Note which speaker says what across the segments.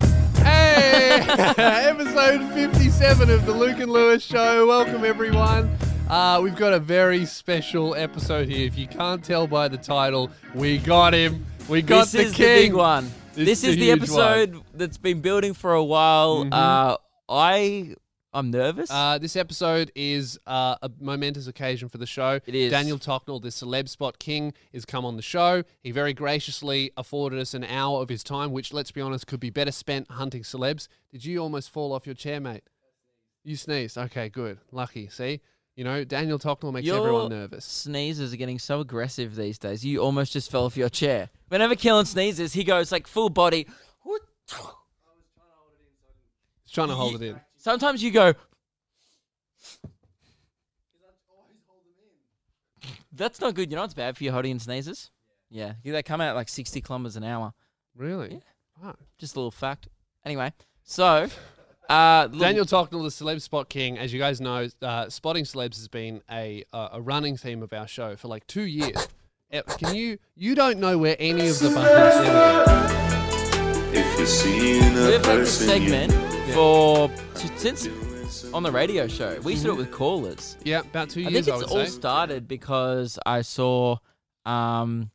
Speaker 1: episode 57 of the Luke and Lewis Show. Welcome, everyone. Uh, we've got a very special episode here. If you can't tell by the title, we got him. We got
Speaker 2: this
Speaker 1: the
Speaker 2: is
Speaker 1: king.
Speaker 2: the big one.
Speaker 1: This is
Speaker 2: this is
Speaker 1: the
Speaker 2: the
Speaker 1: huge
Speaker 2: episode that's been building for a while.
Speaker 1: Mhm.
Speaker 2: Uh, I I'm nervous.
Speaker 1: Uh, this episode is uh, a momentous occasion for the show.
Speaker 2: It is.
Speaker 1: Daniel Tocknell, the celeb spot king, has come on the show. He very graciously afforded us an hour of his time, which, let's be honest, could be better spent hunting celebs. Did you almost fall off your chair, mate? You sneezed. Okay, good. Lucky. See? You know, Daniel Tocknell makes
Speaker 2: Your
Speaker 1: everyone nervous.
Speaker 2: Sneezes are getting so aggressive these days. You almost just fell off your chair. Whenever Killen sneezes, he goes like full body.
Speaker 1: He's trying to hold it in.
Speaker 2: Sometimes you go. That's not good. You know it's bad for your holding in sneezes. Yeah, they come out at like sixty kilometers an hour.
Speaker 1: Really? Wow.
Speaker 2: Just a little fact. Anyway, so uh, little-
Speaker 1: Daniel Tocknell, the celeb spot king, as you guys know, uh, spotting celebs has been a uh, a running theme of our show for like two years. Eh, Can you you don't know where any of the buttons are?
Speaker 3: If you're seeing a
Speaker 2: We've had this
Speaker 3: person you
Speaker 2: segment for t- since on the radio show. We used
Speaker 1: Mm-hmm.
Speaker 2: to do it with callers.
Speaker 1: Yeah, about two
Speaker 2: I
Speaker 1: years.
Speaker 2: think
Speaker 1: I
Speaker 2: it's
Speaker 1: would
Speaker 2: all
Speaker 1: say.
Speaker 2: started because I saw, um,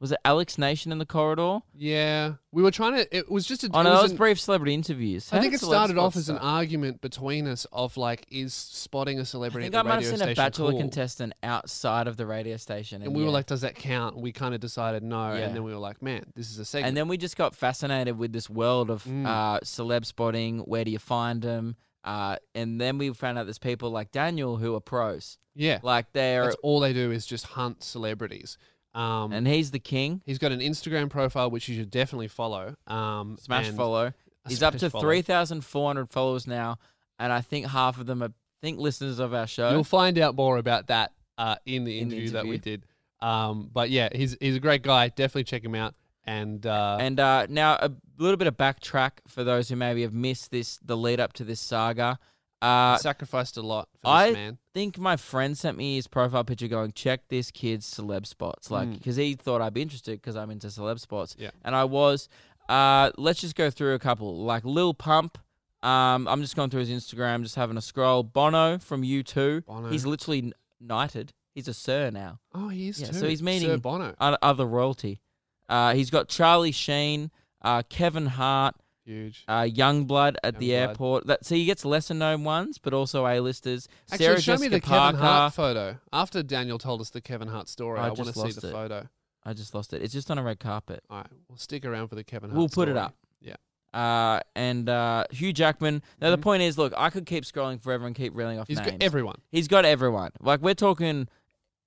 Speaker 2: was it Alex Nation in the corridor?
Speaker 1: yeah, we were trying to. It was just a.
Speaker 2: Oh
Speaker 1: it
Speaker 2: no,
Speaker 1: was
Speaker 2: that was
Speaker 1: an-
Speaker 2: brief celebrity interviews.
Speaker 1: I
Speaker 2: How
Speaker 1: think it
Speaker 2: did
Speaker 1: started
Speaker 2: celeb
Speaker 1: off
Speaker 2: spots
Speaker 1: as an
Speaker 2: start?
Speaker 1: argument between us of like, is spotting a
Speaker 2: I
Speaker 1: celebrity
Speaker 2: think
Speaker 1: at
Speaker 2: I
Speaker 1: the
Speaker 2: might have
Speaker 1: radio
Speaker 2: seen
Speaker 1: station
Speaker 2: a bachelor
Speaker 1: cool?
Speaker 2: contestant outside of the radio station,
Speaker 1: And we were
Speaker 2: yeah.
Speaker 1: like, does that count? And we kind of decided no.
Speaker 2: Yeah.
Speaker 1: And then we were like, man, this is a segment.
Speaker 2: and then we just got fascinated with this world of
Speaker 1: Mm.
Speaker 2: uh, celeb spotting. Where do you find them? Uh, and then we found out there's people like Daniel who are pros,
Speaker 1: yeah,
Speaker 2: like they're
Speaker 1: that's all they do is just hunt celebrities. Um,
Speaker 2: and he's the king.
Speaker 1: He's got an Instagram profile which you should definitely follow. Um,
Speaker 2: Smash
Speaker 1: and-
Speaker 2: follow.
Speaker 1: a
Speaker 2: He's up
Speaker 1: smash
Speaker 2: to
Speaker 1: follow.
Speaker 2: 3,400 followers now, and I think half of them are think listeners of our show.
Speaker 1: You'll find out more about that uh, in the
Speaker 2: In the
Speaker 1: interview, that we
Speaker 2: interview.
Speaker 1: did. Um, but yeah, he's he's a great guy. Definitely check him out. And, uh,
Speaker 2: and uh, now a little bit of backtrack for those who maybe have missed this the lead up to this saga. Uh,
Speaker 1: sacrificed a lot for this
Speaker 2: I-
Speaker 1: man.
Speaker 2: think my friend sent me his profile picture going, check this kid's celeb spots. Like,
Speaker 1: Mm.
Speaker 2: because he thought I'd be interested because I'm into celeb spots.
Speaker 1: Yeah.
Speaker 2: And I was. Uh, let's just go through a couple. Like Lil Pump. Um, I'm just going through his Instagram, just having a scroll. Bono from U2.
Speaker 1: Bono.
Speaker 2: He's literally kn- knighted. He's a sir now.
Speaker 1: Oh, he is
Speaker 2: yeah,
Speaker 1: too.
Speaker 2: so he's meeting-
Speaker 1: Sir Bono.
Speaker 2: O- Other royalty. Uh, he's got Charlie Sheen, uh, Kevin Hart,
Speaker 1: Huge.
Speaker 2: uh, Youngblood at the
Speaker 1: Youngblood.
Speaker 2: airport. That, so you get lesser known ones, but also A-listers.
Speaker 1: Actually,
Speaker 2: Sarah
Speaker 1: show
Speaker 2: Jessica
Speaker 1: me the
Speaker 2: Parker.
Speaker 1: Kevin Hart photo. After Daniel told us the Kevin Hart story,
Speaker 2: I
Speaker 1: I, want to
Speaker 2: just
Speaker 1: see
Speaker 2: lost
Speaker 1: the
Speaker 2: it.
Speaker 1: photo.
Speaker 2: I just lost it. It's just on a red carpet.
Speaker 1: All right, we'll stick around for the Kevin Hart
Speaker 2: We'll put it
Speaker 1: story.
Speaker 2: up.
Speaker 1: Yeah.
Speaker 2: Uh, and uh, Hugh Jackman. Now the
Speaker 1: Mhm.
Speaker 2: point is, look, I could keep scrolling forever and keep reeling off
Speaker 1: He's
Speaker 2: names.
Speaker 1: got everyone.
Speaker 2: he's got everyone. Like we're talking,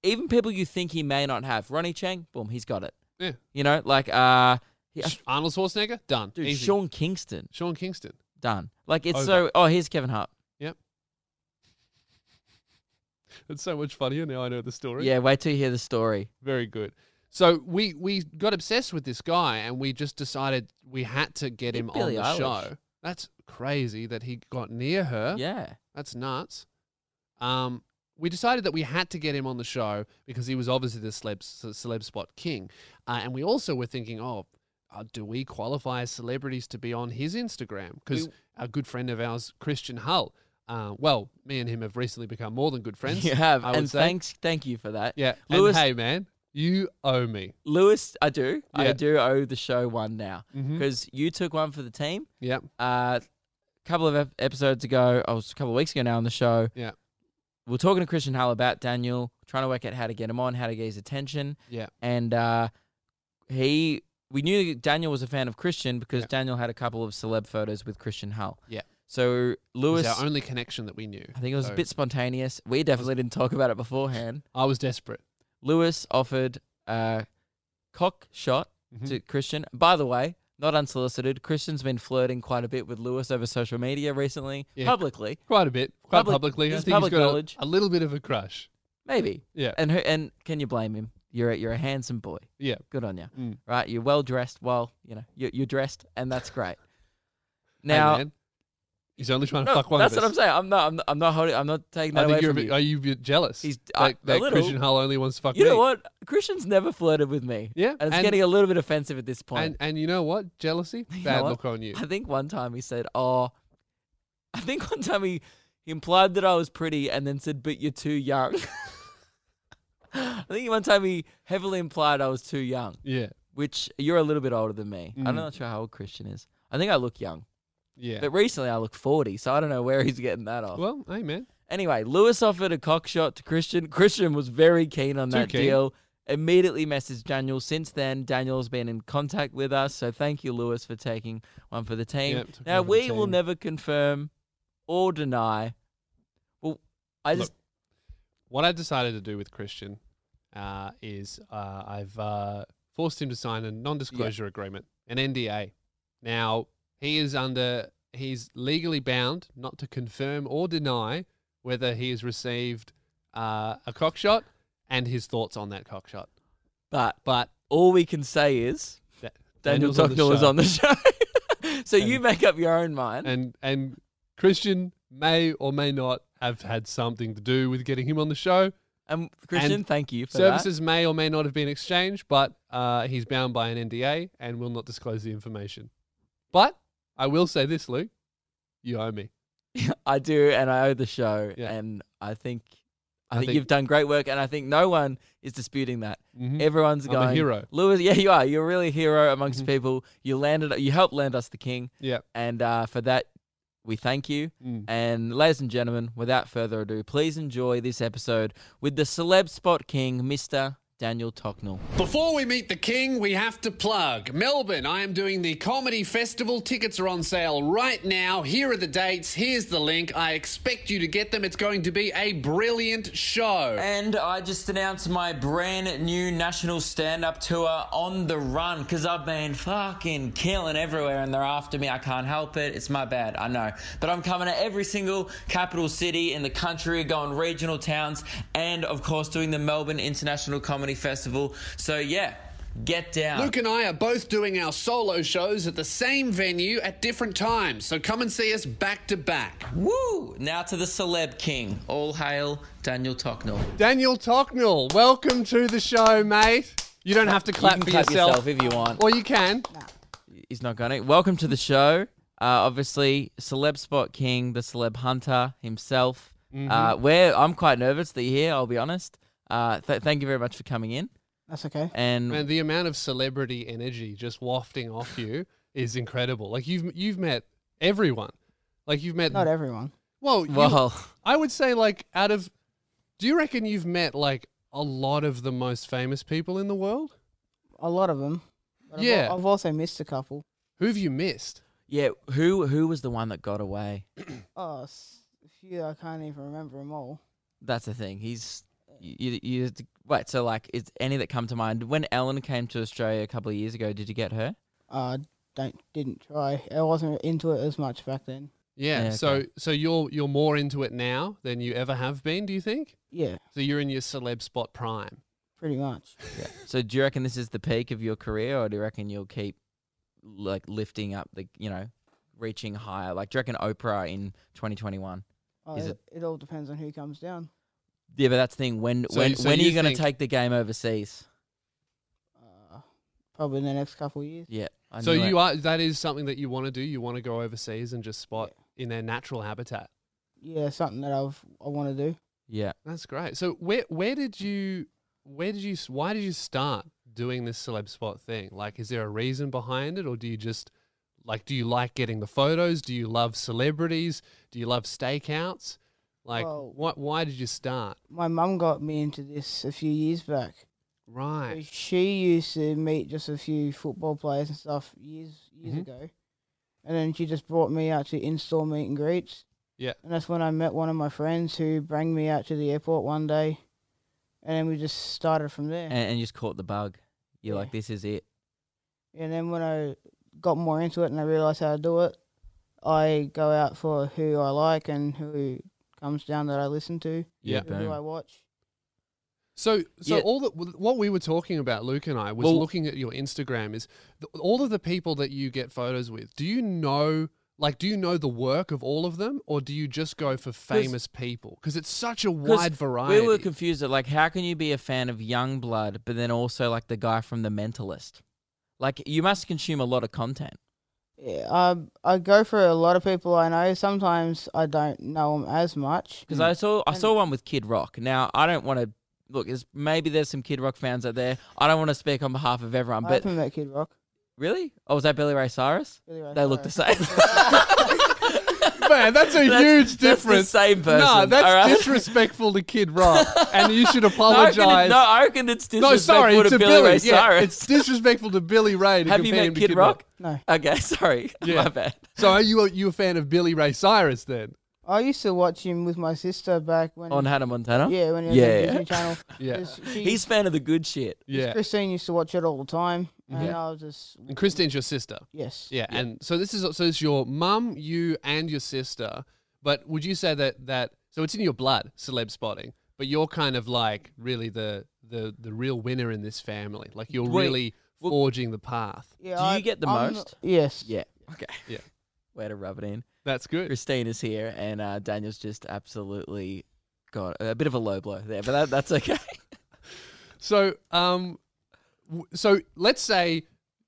Speaker 2: even people you think he may not have. Ronnie Chang, boom, he's got it.
Speaker 1: Yeah.
Speaker 2: You know, like uh, he-
Speaker 1: Sh- Arnold Schwarzenegger? Done.
Speaker 2: dude,
Speaker 1: Easy.
Speaker 2: Sean Kingston,
Speaker 1: Sean Kingston.
Speaker 2: done. Like it's
Speaker 1: Over.
Speaker 2: so. Oh, here's Kevin Hart.
Speaker 1: It's so much funnier now I know the story.
Speaker 2: Yeah, wait till you hear the story.
Speaker 1: Very good. So we we got obsessed with this guy, and we just decided we had to get
Speaker 2: Get
Speaker 1: him
Speaker 2: Billie
Speaker 1: on the
Speaker 2: Eilish.
Speaker 1: show. That's crazy that he got near her.
Speaker 2: Yeah.
Speaker 1: That's nuts. Um, we decided that we had to get him on the show because he was obviously the celeb, ce- celeb spot king, uh, and we also were thinking, oh. Uh, do we qualify as celebrities to be on his Instagram? Because
Speaker 2: We-
Speaker 1: a good friend of ours, Christian Hull, uh, well, me and him have recently become more than good friends.
Speaker 2: You have,
Speaker 1: I would
Speaker 2: and
Speaker 1: say.
Speaker 2: thanks, thank you for that.
Speaker 1: Yeah.
Speaker 2: Lewis-
Speaker 1: and hey, man, you owe me.
Speaker 2: Lewis, I do,
Speaker 1: Yeah.
Speaker 2: I do owe the show one now
Speaker 1: Mm-hmm.
Speaker 2: because you took one for the team.
Speaker 1: Yep.
Speaker 2: uh, couple of ep- episodes ago, I was a couple of weeks ago now on the show.
Speaker 1: Yeah.
Speaker 2: we are talking to Christian Hall about Daniel, trying to work out how to get him on, how to get his attention,
Speaker 1: Yeah.
Speaker 2: and uh, he. We knew Daniel was a fan of Christian because
Speaker 1: Yeah.
Speaker 2: Daniel had a couple of celeb photos with Christian Hull.
Speaker 1: Yeah.
Speaker 2: So
Speaker 1: It
Speaker 2: Lewis,
Speaker 1: was our only connection that we knew.
Speaker 2: I think it was
Speaker 1: so-
Speaker 2: a bit spontaneous. We definitely didn't talk about it beforehand.
Speaker 1: I was desperate.
Speaker 2: Lewis offered a cock shot
Speaker 1: Mhm.
Speaker 2: to Christian. By the way, not unsolicited. Christian's been flirting quite a bit with Lewis over social media recently,
Speaker 1: Yeah.
Speaker 2: publicly,
Speaker 1: Quite a bit, quite
Speaker 2: Public-
Speaker 1: publicly. I
Speaker 2: it's
Speaker 1: think
Speaker 2: public
Speaker 1: he's got a-
Speaker 2: knowledge.
Speaker 1: A, little bit of a crush.
Speaker 2: maybe.
Speaker 1: Yeah.
Speaker 2: And who, and can you blame him? You're a, you're a handsome boy.
Speaker 1: Yeah.
Speaker 2: Good on you.
Speaker 1: Mm.
Speaker 2: Right? You're well dressed. Well, you know, you're, you're dressed, and that's
Speaker 1: Hey,
Speaker 2: great. Now,
Speaker 1: man, he's only trying to
Speaker 2: no,
Speaker 1: fuck one
Speaker 2: that's
Speaker 1: of
Speaker 2: what I'm
Speaker 1: us.
Speaker 2: saying. I'm not. I'm not, I'm not holding. I'm not taking
Speaker 1: I
Speaker 2: that away
Speaker 1: think you're a
Speaker 2: from
Speaker 1: bit,
Speaker 2: you.
Speaker 1: are you a bit jealous?
Speaker 2: He's-
Speaker 1: that,
Speaker 2: I- a
Speaker 1: that
Speaker 2: little.
Speaker 1: Christian Hull only wants to fuck
Speaker 2: You
Speaker 1: me.
Speaker 2: know what? Christian's never flirted with me.
Speaker 1: Yeah,
Speaker 2: And it's
Speaker 1: and-
Speaker 2: getting a little bit offensive at this point.
Speaker 1: And and you know what? Jealousy,
Speaker 2: You know
Speaker 1: bad
Speaker 2: what?
Speaker 1: look on you.
Speaker 2: I think one time he said, "Oh, I think one time he, he implied that I was pretty and then said, but you're too young. I think one time he heavily implied I was too young,
Speaker 1: Yeah.
Speaker 2: which you're a little bit older than me.
Speaker 1: Mm.
Speaker 2: I'm not sure how old Christian is. I think I look young,
Speaker 1: Yeah.
Speaker 2: but recently I look 40, so I don't know where he's getting that off.
Speaker 1: well, hey man.
Speaker 2: Anyway, Lewis offered a cock shot to Christian. Christian was very keen on
Speaker 1: Too
Speaker 2: that
Speaker 1: keen.
Speaker 2: deal. Immediately messaged Daniel. Since then, Daniel's been in contact with us. So thank you, Lewis, for taking one for the team.
Speaker 1: Yep, took
Speaker 2: now,
Speaker 1: one for the
Speaker 2: we will
Speaker 1: team.
Speaker 2: never confirm or deny. Well, I
Speaker 1: Look,
Speaker 2: just.
Speaker 1: What I decided to do with Christian uh, is uh, I've uh, forced him to sign a non-disclosure agreement, an NDA. Now he is under he's legally bound not to confirm or deny whether he has received uh, a cock shot and his thoughts on that cock shot.
Speaker 2: But
Speaker 1: But
Speaker 2: all we can say is
Speaker 1: that,
Speaker 2: Daniel
Speaker 1: Daniel's on the
Speaker 2: Tucknell is
Speaker 1: show.
Speaker 2: on the show. so you
Speaker 1: And-
Speaker 2: make up your own mind.
Speaker 1: and and Christian may or may not have had something to do with getting him on the show.
Speaker 2: And Christian,
Speaker 1: and
Speaker 2: thank you for that.
Speaker 1: Services may or may not have been exchanged, but uh, he's bound by an NDA and will not disclose the information. But I will say this, Luke, you owe me.
Speaker 2: I do, and I owe the show,
Speaker 1: Yeah.
Speaker 2: and I think I,
Speaker 1: I
Speaker 2: think,
Speaker 1: think-
Speaker 2: you've done great work, and I think no one is disputing that.
Speaker 1: Mhm.
Speaker 2: Everyone's
Speaker 1: I'm
Speaker 2: going
Speaker 1: a hero.
Speaker 2: Lewis, yeah, you are. You're really a hero amongst
Speaker 1: Mhm.
Speaker 2: people. You landed, you helped land us the king,
Speaker 1: Yeah.
Speaker 2: and uh, for that we thank you.
Speaker 1: Mm.
Speaker 2: And ladies and gentlemen, without further ado, please enjoy this episode with the celeb spot king, Mr. Daniel Tocknell.
Speaker 1: Before we meet the king, we have to plug. Melbourne, I am doing the comedy festival. Tickets are on sale right now. Here are the dates. Here's the link. I expect you to get them. It's going to be a brilliant show.
Speaker 2: And I just announced my brand new national stand up tour on the run because I've been fucking killing everywhere and they're after me. I can't help it. It's my bad. I know. But I'm coming to every single capital city in the country, going regional towns, and of course doing the Melbourne International Comedy Festival. So yeah, get down.
Speaker 1: Luke and I are both doing our solo shows at the same venue at different times, so come and see us back to back.
Speaker 2: Woo! Now to the celeb king. All hail Daniel Tocknell.
Speaker 1: Daniel Tocknell, welcome to the show, mate. You don't have to clap
Speaker 2: you
Speaker 1: for
Speaker 2: can clap
Speaker 1: yourself.
Speaker 2: yourself if you want.
Speaker 1: Or you can.
Speaker 2: He's not going to. Welcome to the show. Uh, obviously, celeb spot king, the celeb hunter himself. Uh, where I'm quite nervous that you're here. I'll be honest. Uh, th- thank you very much for coming in.
Speaker 4: That's okay.
Speaker 2: And
Speaker 1: Man, the amount of celebrity energy just wafting off you is incredible. Like you've you've met everyone. Like you've met
Speaker 4: Not everyone.
Speaker 1: Well, you-
Speaker 2: well,
Speaker 1: I would say like out of do you reckon you've met like a lot of the most famous people in the world?
Speaker 4: A lot of them. But I've al-
Speaker 1: Yeah.
Speaker 4: I've, also missed a couple.
Speaker 1: Who have you missed?
Speaker 2: yeah. Who who was the one that got away?
Speaker 4: Oh, s- a few I can't even remember them all.
Speaker 2: That's the thing. He's you. you, you wait. So like, is any that come to mind? When Ellen came to Australia a couple of years ago, did you get her?
Speaker 4: Uh, don't didn't try. I wasn't into it as much back then.
Speaker 1: Yeah.
Speaker 2: Yeah,
Speaker 1: So
Speaker 2: okay.
Speaker 1: so you're you're more into it now than you ever have been, do you think?
Speaker 4: Yeah,
Speaker 1: So you're in your celeb spot prime.
Speaker 4: pretty much.
Speaker 2: Yeah. So do you reckon this is the peak of your career, or do you reckon you'll keep like lifting up the you know reaching higher? Like do you reckon Oprah in 2021?
Speaker 4: Oh,
Speaker 2: Is
Speaker 4: it, it all depends on who comes down.
Speaker 2: Yeah, but that's the thing. When
Speaker 1: So-
Speaker 2: when
Speaker 1: so
Speaker 2: when are
Speaker 1: you
Speaker 2: you going to
Speaker 1: think-
Speaker 2: take the game overseas?
Speaker 4: Uh, probably in the next couple of years.
Speaker 2: Yeah. I
Speaker 1: so
Speaker 2: knew it.
Speaker 1: you are that is something that you want to do. You want to go overseas and just spot in their natural habitat.
Speaker 4: Yeah, something that I've I want to do.
Speaker 2: Yeah.
Speaker 1: That's great. So where where did you where did you s- why did you start doing this celeb spot thing? Like is there a reason behind it or do you just like do you like getting the photos? Do you love celebrities? Do you love stakeouts? Like
Speaker 4: Well-
Speaker 1: what why did you start?
Speaker 4: My mum got me into this a few years back. So
Speaker 1: Right.
Speaker 4: she used to meet just a few football players and stuff years years
Speaker 1: Mhm.
Speaker 4: ago, and then she just brought me out to in-store meet and greets.
Speaker 1: Yeah.
Speaker 4: and that's when I met one of my friends who brought me out to the airport one day, and then we just started from there.
Speaker 2: And, and you just caught the bug. You're
Speaker 4: Yeah.
Speaker 2: like, this is it.
Speaker 4: And then when I got more into it and I realized how to do it, I go out for who I like and who comes down that I listen to,
Speaker 1: Yeah.
Speaker 4: who do I
Speaker 2: Boom.
Speaker 4: watch.
Speaker 1: So, so
Speaker 2: Yeah.
Speaker 1: all that what we were talking about, Luke and I, was
Speaker 2: Well-
Speaker 1: looking at your Instagram. Is th- all of the people that you get photos with? Do you know, like, do you know the work of all of them, or do you just go for famous people? Because it's such a
Speaker 2: 'Cause
Speaker 1: wide variety.
Speaker 2: We were confused at like, how can you be a fan of Young Blood, but then also like the guy from The Mentalist? Like, you must consume a lot of content.
Speaker 4: yeah, I I go for a lot of people I know. Sometimes I don't know them as much.
Speaker 2: Because I saw I saw one with Kid Rock. Now I don't want to look. There's, maybe there's some Kid Rock fans out there. I don't want to speak on behalf of everyone,
Speaker 4: I
Speaker 2: but
Speaker 4: haven't met Kid Rock.
Speaker 2: really, oh, was that Billy Ray Cyrus?
Speaker 4: Billy Ray
Speaker 2: they look the
Speaker 4: Cyrus.
Speaker 2: same.
Speaker 1: Man, that's a
Speaker 2: That's-
Speaker 1: huge
Speaker 2: that's the
Speaker 1: difference.
Speaker 2: same person.
Speaker 1: Nah, that's
Speaker 2: all right?
Speaker 1: disrespectful to Kid Rock, and you should
Speaker 2: I reckon
Speaker 1: apologize.
Speaker 2: it- no, I reckon it's disrespectful
Speaker 1: No, sorry,
Speaker 2: to
Speaker 1: it's a
Speaker 2: Billy,
Speaker 1: Billy.
Speaker 2: Ray
Speaker 1: yeah,
Speaker 2: Cyrus.
Speaker 1: it's disrespectful to Billy Ray to
Speaker 2: Have you
Speaker 1: compare him
Speaker 2: met
Speaker 1: to
Speaker 2: Kid Rock?
Speaker 4: No,
Speaker 2: Okay, sorry,
Speaker 1: Yeah.
Speaker 2: my bad.
Speaker 1: So are you a, you a fan of Billy Ray Cyrus then?
Speaker 4: I used to watch him with my sister back when.
Speaker 2: On Hannah Montana.
Speaker 4: yeah, when he was
Speaker 2: Yeah,
Speaker 4: on
Speaker 2: yeah.
Speaker 4: Disney Channel.
Speaker 1: Yeah.
Speaker 4: 'Cause she-
Speaker 2: He's fan of the good shit.
Speaker 1: Yeah.
Speaker 4: Christine used to watch it all the time, and
Speaker 1: Yeah.
Speaker 4: I was just
Speaker 1: And Christine's your sister.
Speaker 4: yes.
Speaker 1: Yeah, and so this is so it's your mum, you, and your sister. But would you say that that so it's in your blood, celeb spotting? But you're kind of like really the the the real winner in this family. Like you're
Speaker 2: Wait,
Speaker 1: really
Speaker 2: well-
Speaker 1: forging the path.
Speaker 4: Yeah,
Speaker 2: Do you get the
Speaker 4: I'm-
Speaker 2: most?
Speaker 4: Yes.
Speaker 2: Yeah. Okay.
Speaker 1: Yeah.
Speaker 2: Way to rub it in.
Speaker 1: That's good.
Speaker 2: Christine is here, and uh, Daniel's just absolutely got a bit of a low blow there, but that, that's okay.
Speaker 1: So um, w- so let's say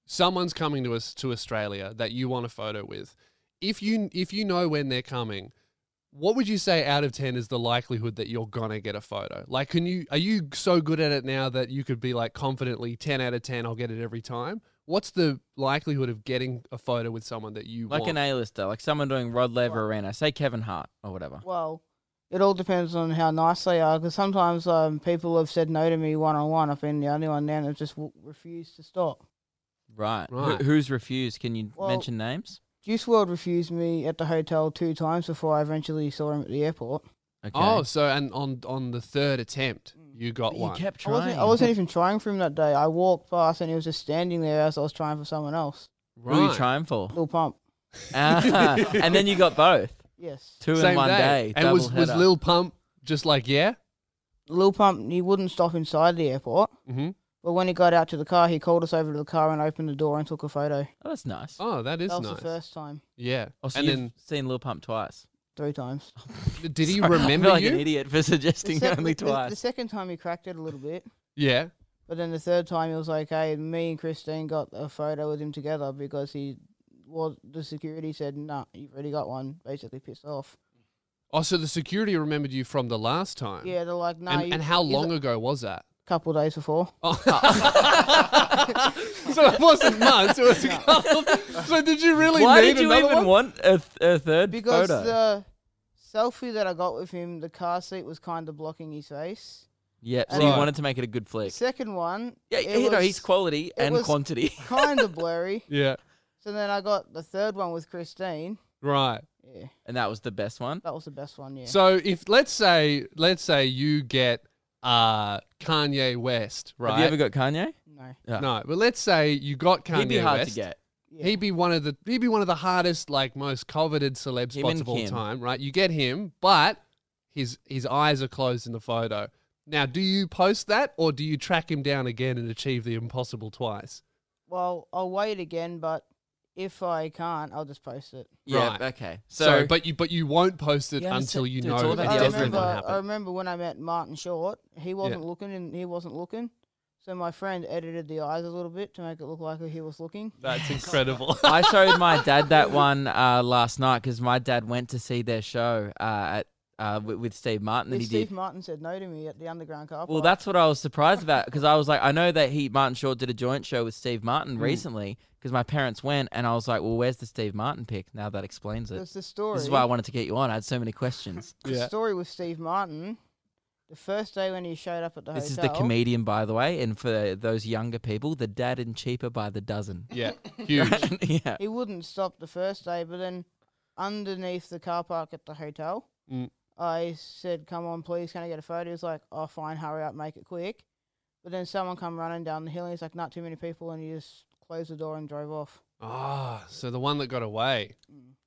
Speaker 1: someone's coming to us to Australia that you want a photo with. If you if you know when they're coming, what would you say out of 10 is the likelihood that you're going to get a photo? Like, can you, are you so good at it now that you could be like confidently 10 out of 10, I'll get it every time? What's the likelihood of getting a photo with someone that you
Speaker 2: like
Speaker 1: want?
Speaker 2: an A-lister, like someone doing Rod Laver Arena, say Kevin Hart or whatever.
Speaker 4: Well, it all depends on how nice they are. Because sometimes um, people have said no to me one on one. I've been the only one there that just w- refused to stop.
Speaker 2: Right.
Speaker 1: Right.
Speaker 2: Who, who's refused? Can you
Speaker 4: Well-
Speaker 2: mention names?
Speaker 4: Juice World refused me at the hotel two times before I eventually saw him at the airport.
Speaker 2: Okay.
Speaker 1: Oh, so, and on, on the third attempt, you got
Speaker 2: But you
Speaker 1: one.
Speaker 2: kept
Speaker 4: I
Speaker 2: trying.
Speaker 4: wasn't, I wasn't even trying for him that day. I walked past and he was just standing there as I was trying for someone else.
Speaker 2: Who were you trying for?
Speaker 4: Lil Pump.
Speaker 2: Ah, and then you got both.
Speaker 4: Yes.
Speaker 2: Two in
Speaker 1: Same
Speaker 2: one
Speaker 1: day.
Speaker 2: day.
Speaker 1: And was, was
Speaker 2: doubleheader.
Speaker 1: Lil Pump just like, yeah?
Speaker 4: Lil Pump, he wouldn't stop inside the airport.
Speaker 1: Mm-hmm.
Speaker 4: But when he got out to the car, he called us over to the car and opened the door and took a photo.
Speaker 2: Oh, that's nice.
Speaker 1: Oh, that is
Speaker 4: that was
Speaker 1: nice.
Speaker 4: the first time.
Speaker 1: Yeah.
Speaker 2: Oh, so
Speaker 1: and
Speaker 2: you've
Speaker 1: then
Speaker 2: seen Lil Pump twice.
Speaker 4: Three times.
Speaker 1: did he
Speaker 2: Sorry,
Speaker 1: remember
Speaker 2: I feel like
Speaker 1: you?
Speaker 2: an idiot for
Speaker 4: The,
Speaker 2: suggesting
Speaker 4: sec-
Speaker 2: only
Speaker 4: the- the
Speaker 2: twice.
Speaker 4: second time he cracked it a little bit.
Speaker 1: Yeah.
Speaker 4: But then the third time it was like, hey, me and Christine got a photo with him together because he, well, the security said, nah, you've already got one. Basically pissed off.
Speaker 1: Oh, so the security remembered you from the last time.
Speaker 4: Yeah, they're like, nah.
Speaker 1: And,
Speaker 4: you-
Speaker 1: and how
Speaker 4: you're
Speaker 1: long
Speaker 4: the-"
Speaker 1: ago was that?
Speaker 4: couple days before.
Speaker 1: so it wasn't months. It was a couple. So did you really
Speaker 2: Why
Speaker 1: need
Speaker 2: did you
Speaker 1: another
Speaker 2: even
Speaker 1: one?
Speaker 2: want a, th- a third
Speaker 4: Because uh,
Speaker 2: photo?
Speaker 4: the selfie that I got with him, the car seat was kind of blocking his face.
Speaker 2: yeah, so
Speaker 4: and-
Speaker 2: you
Speaker 1: Right.
Speaker 2: wanted to make it a good flick.
Speaker 4: Second one,
Speaker 2: Yeah,
Speaker 4: it
Speaker 2: you know,
Speaker 4: was
Speaker 2: he's quality
Speaker 4: it
Speaker 2: and
Speaker 4: was-
Speaker 2: quantity.
Speaker 4: kind of blurry.
Speaker 1: Yeah.
Speaker 4: So then I got the third one with Christine.
Speaker 1: Right.
Speaker 4: Yeah,
Speaker 2: and that was the best one.
Speaker 4: that was the best one. Yeah.
Speaker 1: So if let's say let's say you get uh Kanye West, right?
Speaker 2: Have you ever got Kanye?
Speaker 4: no.
Speaker 2: got-
Speaker 1: no, but let's say you got Kanye
Speaker 2: He'd be hard
Speaker 1: West.
Speaker 2: to get.
Speaker 4: Yeah.
Speaker 1: He'd be one of the he'd be one of the hardest, like most coveted celeb
Speaker 2: Him
Speaker 1: spots
Speaker 2: and
Speaker 1: of all
Speaker 2: Kim.
Speaker 1: time, right? You get him, but his his eyes are closed in the photo. Now, do you post that or do you track him down again and achieve the impossible twice?
Speaker 4: Well, I'll wait again, but if I can't, I'll just post it.
Speaker 2: Yeah.
Speaker 1: Right.
Speaker 2: Okay. So,
Speaker 1: So, but you but you won't post it
Speaker 2: Yeah, it's-
Speaker 1: until you
Speaker 2: it's
Speaker 1: know
Speaker 2: all about
Speaker 1: it
Speaker 2: the
Speaker 4: I
Speaker 2: doesn't
Speaker 1: doesn't
Speaker 4: remember,
Speaker 1: happen.
Speaker 4: I
Speaker 2: Um,
Speaker 4: remember when I met Martin Short, he wasn't looking and he wasn't looking. So my friend edited the eyes a little bit to make it look like he was looking.
Speaker 1: That's incredible.
Speaker 2: I showed my dad that one uh, last night because my dad went to see their show uh, at uh, with, with Steve Martin that
Speaker 4: If
Speaker 2: he
Speaker 4: Steve
Speaker 2: did.
Speaker 4: Martin said no to me at the underground car park.
Speaker 2: Well, that's what I was surprised about because I was like, I know that he Martin Short did a joint show with Steve Martin
Speaker 4: Hmm.
Speaker 2: recently because my parents went, and I was like, well, where's the Steve Martin pick? Now that explains it.
Speaker 4: that's the story.
Speaker 2: This is why I wanted to get you on. I had so many questions.
Speaker 4: the story with Steve Martin. The first day when he showed up at the
Speaker 2: This is
Speaker 4: hotel,
Speaker 2: the comedian, by the way, and for those younger people, the dad and cheaper by the dozen.
Speaker 1: yeah, huge.
Speaker 2: yeah.
Speaker 4: he wouldn't stop the first day, but then underneath the car park at the hotel,
Speaker 1: Mm.
Speaker 4: I said, "Come on, please, can I get a photo?" He's like, "Oh, fine, hurry up, make it quick." But then someone come running down the hill, and he's like, "Not too many people," and he just closed the door and drove off.
Speaker 1: Ah, so the one that got away.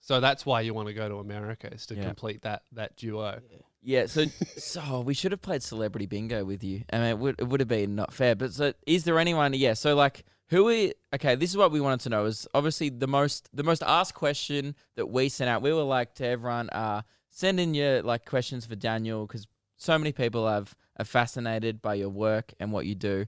Speaker 1: So that's why you want to go to America is to
Speaker 2: Yeah.
Speaker 1: complete that that duo.
Speaker 2: Yeah, so so we should have played celebrity bingo with you. I mean, it would, it would have been not fair. But so, is there anyone? Yeah, so like, who we? Okay, this is what we wanted to know. Is obviously the most the most asked question that we sent out. We were like to everyone, uh, send in your like questions for Daniel because so many people have are fascinated by your work and what you do.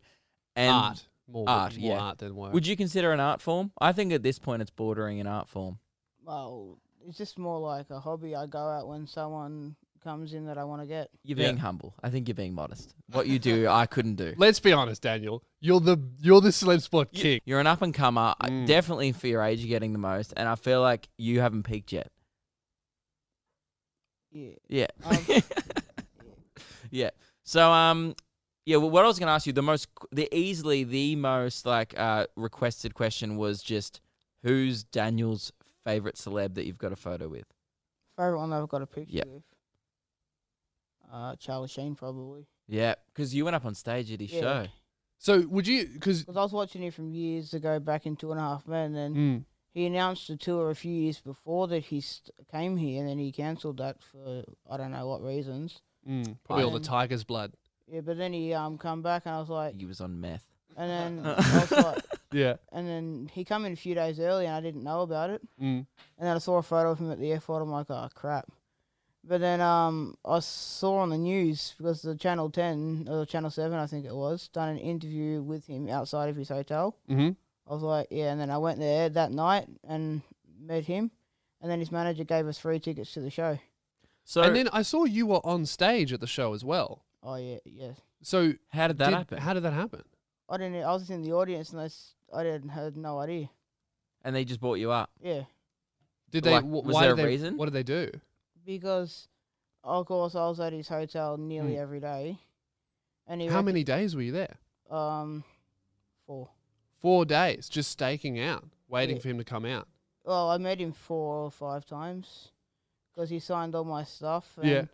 Speaker 2: And
Speaker 1: Art. more
Speaker 2: Art,
Speaker 1: more
Speaker 2: yeah.
Speaker 1: art than work.
Speaker 2: Would you consider an art form? I think at this point it's bordering an art form.
Speaker 4: Well, it's just more like a hobby I go out when someone comes in that I want to get.
Speaker 2: You're
Speaker 1: Yeah.
Speaker 2: being humble. I think you're being modest. What you do, I couldn't do.
Speaker 1: Let's be honest, Daniel. You're the you're the celeb spot
Speaker 2: You-
Speaker 1: king.
Speaker 2: You're an up and comer. I-
Speaker 1: Mm.
Speaker 2: Definitely for your age, you're getting the most, and I feel like you haven't peaked yet.
Speaker 4: Yeah.
Speaker 2: Yeah.
Speaker 4: Um,
Speaker 2: yeah. So um yeah, well, what I was going to ask you the most the easily the most like uh requested question was just who's Daniel's favorite celeb that you've got a photo with?
Speaker 4: Favorite one I've got a picture
Speaker 2: Yeah.
Speaker 4: with. Uh, Charlie Sheen probably.
Speaker 2: Yeah, cuz you went up on stage at his show.
Speaker 1: So would you? Because
Speaker 4: Because I was watching him from years ago back in Two and a Half Men,
Speaker 2: Mm.
Speaker 4: and he announced the tour a few years before that he st- came here, and then he cancelled that for I don't know what reasons.
Speaker 2: mm.
Speaker 1: probably all the
Speaker 4: Fine.
Speaker 1: tiger's blood.
Speaker 4: Yeah, but then he um come back, and I was like,
Speaker 2: He was on meth.
Speaker 4: and then I was like,
Speaker 1: Yeah.
Speaker 4: and then he come in a few days early, and I didn't know about it.
Speaker 1: Mm.
Speaker 4: And then I saw a photo of him at the airport. I'm like, oh crap. But then um, I saw on the news because the Channel 10 or Channel 7, I think it was, done an interview with him outside of his hotel.
Speaker 1: hmm
Speaker 4: I was like, yeah. And then I went there that night and met him. And then his manager gave us free tickets to the show.
Speaker 2: So
Speaker 1: and then I saw you were on stage at the show as well.
Speaker 4: Oh yeah, yeah.
Speaker 1: So
Speaker 2: how did that
Speaker 1: did-
Speaker 2: happen?
Speaker 1: How did that happen?
Speaker 4: I didn't. I was just in the audience and I, s- I didn't had no idea.
Speaker 2: and they just brought you up.
Speaker 4: Yeah,
Speaker 1: Did they?
Speaker 2: Like,
Speaker 1: wh-
Speaker 2: was
Speaker 1: why
Speaker 2: there
Speaker 1: did
Speaker 2: a
Speaker 1: they,
Speaker 2: reason?
Speaker 1: What did they do?
Speaker 4: because of course I was at his hotel nearly
Speaker 1: Mm.
Speaker 4: every day. And he
Speaker 1: How
Speaker 4: reckon-
Speaker 1: many days were you there?
Speaker 4: Um, four.
Speaker 1: Four days, just staking out, waiting
Speaker 4: Yeah.
Speaker 1: for him to come out.
Speaker 4: Well, I met him four or five times because he signed all my stuff. And
Speaker 1: Yeah.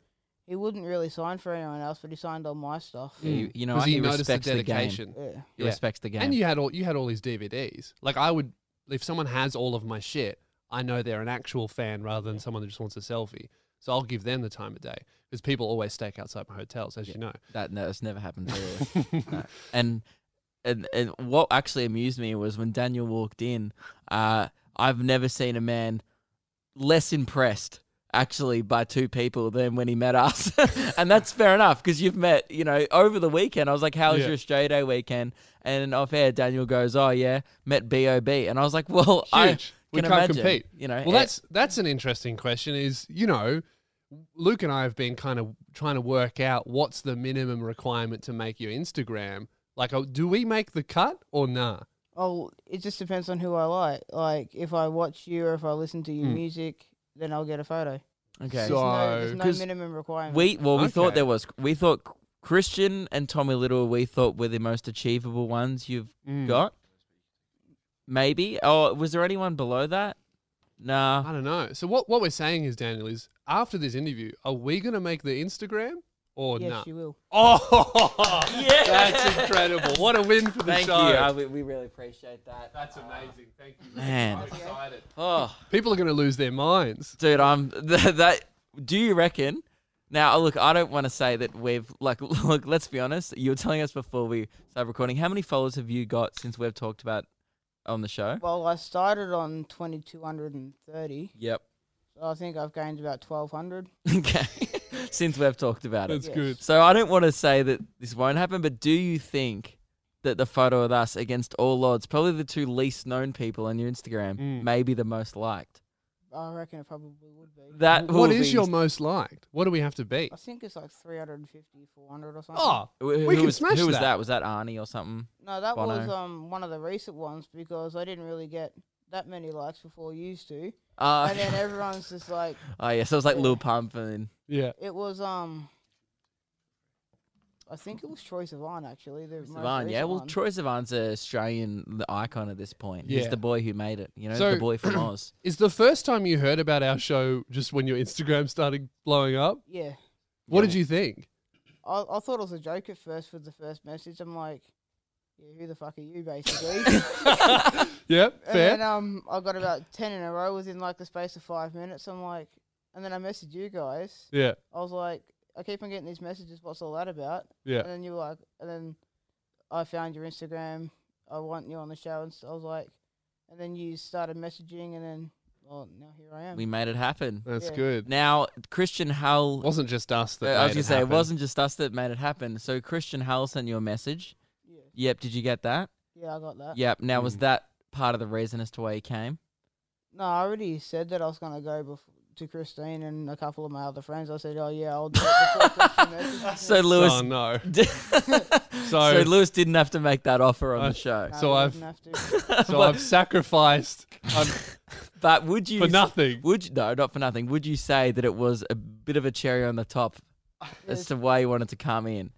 Speaker 4: He wouldn't really sign for anyone else, but he signed all my stuff.
Speaker 2: Yeah, you, you know,
Speaker 1: Because
Speaker 2: he,
Speaker 1: Mm. he, noticed the
Speaker 2: respects the, game.
Speaker 1: dedication.
Speaker 4: Yeah.
Speaker 2: He
Speaker 1: Yeah.
Speaker 2: respects the game.
Speaker 1: And you had all you had all his DVDs. Like I would, if someone has all of my shit, I know they're an actual fan rather than someone that just wants a selfie. So I'll give them the time of day because people always stake outside my hotels, as you know.
Speaker 2: That no, that's never happened to you. No. And and and what actually amused me was when Daniel walked in. Uh, I've never seen a man less impressed actually by two people than when he met us, and that's fair enough because you've met you know over the weekend. I was like, "How was
Speaker 1: Yeah.
Speaker 2: your Australia Day weekend?" And off air, Daniel goes, "Oh yeah, met Bob," and I was like, "Well, I
Speaker 1: Huge. We
Speaker 2: can
Speaker 1: can't
Speaker 2: imagine,
Speaker 1: compete.
Speaker 2: You know,
Speaker 1: Well,
Speaker 2: eh,
Speaker 1: that's that's an interesting question. Is you know, Luke and I have been kind of trying to work out what's the minimum requirement to make your Instagram. Like, oh, do we make the cut or nah?
Speaker 4: Oh, it just depends on who I like. Like, if I watch you or if I listen to your
Speaker 1: Mm. music,
Speaker 4: music, then I'll get a photo.
Speaker 2: eh, okay.
Speaker 1: So-
Speaker 4: There's no, there's no
Speaker 2: 'Cause
Speaker 4: minimum requirement.
Speaker 2: We well, we
Speaker 1: Okay.
Speaker 2: thought there was. We thought Christian and Tommy Little. We thought were the most achievable ones you've
Speaker 1: Hmm.
Speaker 2: got. Maybe. Oh, was there anyone below that? Nah.
Speaker 1: I don't know. So what what we're saying is, Daniel, is after this interview, are we gonna make the Instagram or
Speaker 4: yes,
Speaker 1: nah?
Speaker 4: you will.
Speaker 1: Oh, that's incredible! What a win for the
Speaker 2: Thank you.
Speaker 1: show.
Speaker 2: I, we, we really appreciate that.
Speaker 1: that's amazing. Thank you.
Speaker 2: Man.
Speaker 1: I'm excited.
Speaker 2: Oh,
Speaker 1: People are gonna lose their minds.
Speaker 2: dude, I'm that. that do you reckon? Now, oh, look, I don't want to say that we've like. Look, let's be honest. You were telling us before we started recording. How many followers have you got since we've talked about on the show?
Speaker 4: Well, I started on 2230,
Speaker 2: Yep.
Speaker 4: so I think I've gained about 1200.
Speaker 2: Okay. since we've talked about it.
Speaker 1: That's
Speaker 4: Yes.
Speaker 1: good.
Speaker 2: So I don't want to say that this won't happen, but do you think that the photo of us against all odds, probably the two least known people on your Instagram,
Speaker 1: Mm.
Speaker 2: may be the most liked?
Speaker 4: I reckon it probably would be.
Speaker 2: That will
Speaker 1: What is
Speaker 2: be-
Speaker 1: your most liked? What do we have to beat?
Speaker 4: I think it's like 350, 400 or something.
Speaker 1: Oh,
Speaker 2: Who- who
Speaker 1: we can
Speaker 2: was,
Speaker 1: smash
Speaker 2: Who was
Speaker 1: that.
Speaker 2: that? Was that Arnie or something?
Speaker 4: No, that
Speaker 2: Bono.
Speaker 4: was um one of the recent ones because I didn't really get that many likes before you used to,
Speaker 2: Uh,
Speaker 4: and then everyone's just like,
Speaker 2: oh yeah, so it was like Lil Pump and
Speaker 1: yeah.
Speaker 4: it was um. I think it was Troy Sivan actually. The most
Speaker 2: Sivan. Yeah,
Speaker 4: recent
Speaker 2: well,
Speaker 4: one.
Speaker 2: Troy Sivan's an Australian the icon at this point. He's
Speaker 1: Yeah.
Speaker 2: the boy who made it. You know,
Speaker 1: So-
Speaker 2: the boy from Oz.
Speaker 1: Is the first time you heard about our show just when your Instagram started blowing up?
Speaker 4: Yeah,
Speaker 1: What did you think?
Speaker 4: I, I thought it was a joke at first with the first message. I'm like, yeah, who the fuck are you, basically?
Speaker 1: Yeah,
Speaker 4: and
Speaker 1: fair.
Speaker 4: then um, I got about ten in a row within like the space of five minutes. I'm like, and then I messaged you guys.
Speaker 1: yeah,
Speaker 4: I was like, I keep on getting these messages. What's all that about?
Speaker 1: yeah.
Speaker 4: And then you were like, and then I found your Instagram. I want you on the show, and so I was like, and then you started messaging, and then well, now here I am.
Speaker 2: We made it happen.
Speaker 1: That's
Speaker 4: yeah.
Speaker 1: good.
Speaker 2: Now, Christian Hull
Speaker 1: It wasn't just us that.
Speaker 2: Uh, I was
Speaker 1: made
Speaker 2: gonna say
Speaker 1: happen.
Speaker 2: it wasn't just us that made it happen. So Christian Hull sent you a message.
Speaker 4: yeah,
Speaker 2: Yep, did you get that?
Speaker 4: Yeah, I got that.
Speaker 2: Yep. Now,
Speaker 1: Hmm.
Speaker 2: was that part of the reason as to why he came?
Speaker 4: No, I already said that I was gonna go bef- to Christine and a couple of my other friends. I said, "Oh yeah, I'll do it before Christmas."
Speaker 2: So
Speaker 1: oh
Speaker 2: Lewis,
Speaker 1: no.
Speaker 2: di- so
Speaker 1: So
Speaker 2: Lewis didn't have to make that offer on
Speaker 1: Uh,
Speaker 2: the show.
Speaker 4: No,
Speaker 1: So
Speaker 4: we
Speaker 1: I've-
Speaker 4: didn't have to.
Speaker 1: so I've sacrificed um,
Speaker 2: But would you
Speaker 1: for
Speaker 2: s-
Speaker 1: nothing.
Speaker 2: Would you, no, not for nothing. Would you say that it was a bit of a cherry on the top as to why you wanted to come in?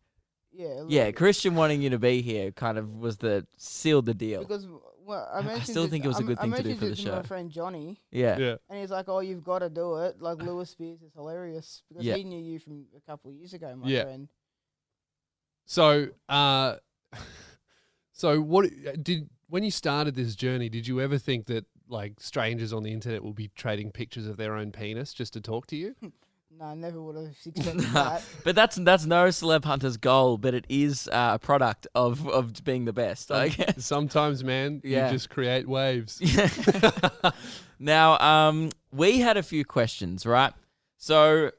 Speaker 4: yeah, a
Speaker 2: Yeah,
Speaker 4: little-
Speaker 2: Christian wanting you to be here kind of was the sealed the deal.
Speaker 4: Because well, I,
Speaker 2: I
Speaker 4: mentioned
Speaker 2: still think it was a
Speaker 4: I'm-
Speaker 2: good
Speaker 4: I
Speaker 2: thing to do
Speaker 4: mentioned
Speaker 2: for
Speaker 4: it
Speaker 2: the
Speaker 4: To
Speaker 2: show.
Speaker 4: my friend Johnny,
Speaker 2: Yeah.
Speaker 1: Yeah.
Speaker 4: and he's like, "Oh, you've got to do it." Like Lewis Spears is hilarious because
Speaker 2: Yeah.
Speaker 4: he knew you from a couple of years ago, my
Speaker 1: Yeah.
Speaker 4: friend.
Speaker 1: So uh so what did when you started this journey, did you ever think that like strangers on the internet will be trading pictures of their own penis just to talk to you?
Speaker 4: No, I never would have expected
Speaker 2: Nah,
Speaker 4: that.
Speaker 2: but that's that's no celeb hunter's goal, but it is uh, a product of of being the best. I guess.
Speaker 1: Sometimes, man,
Speaker 2: Yeah.
Speaker 1: you just create waves.
Speaker 2: now, um, we had a few questions, right? So,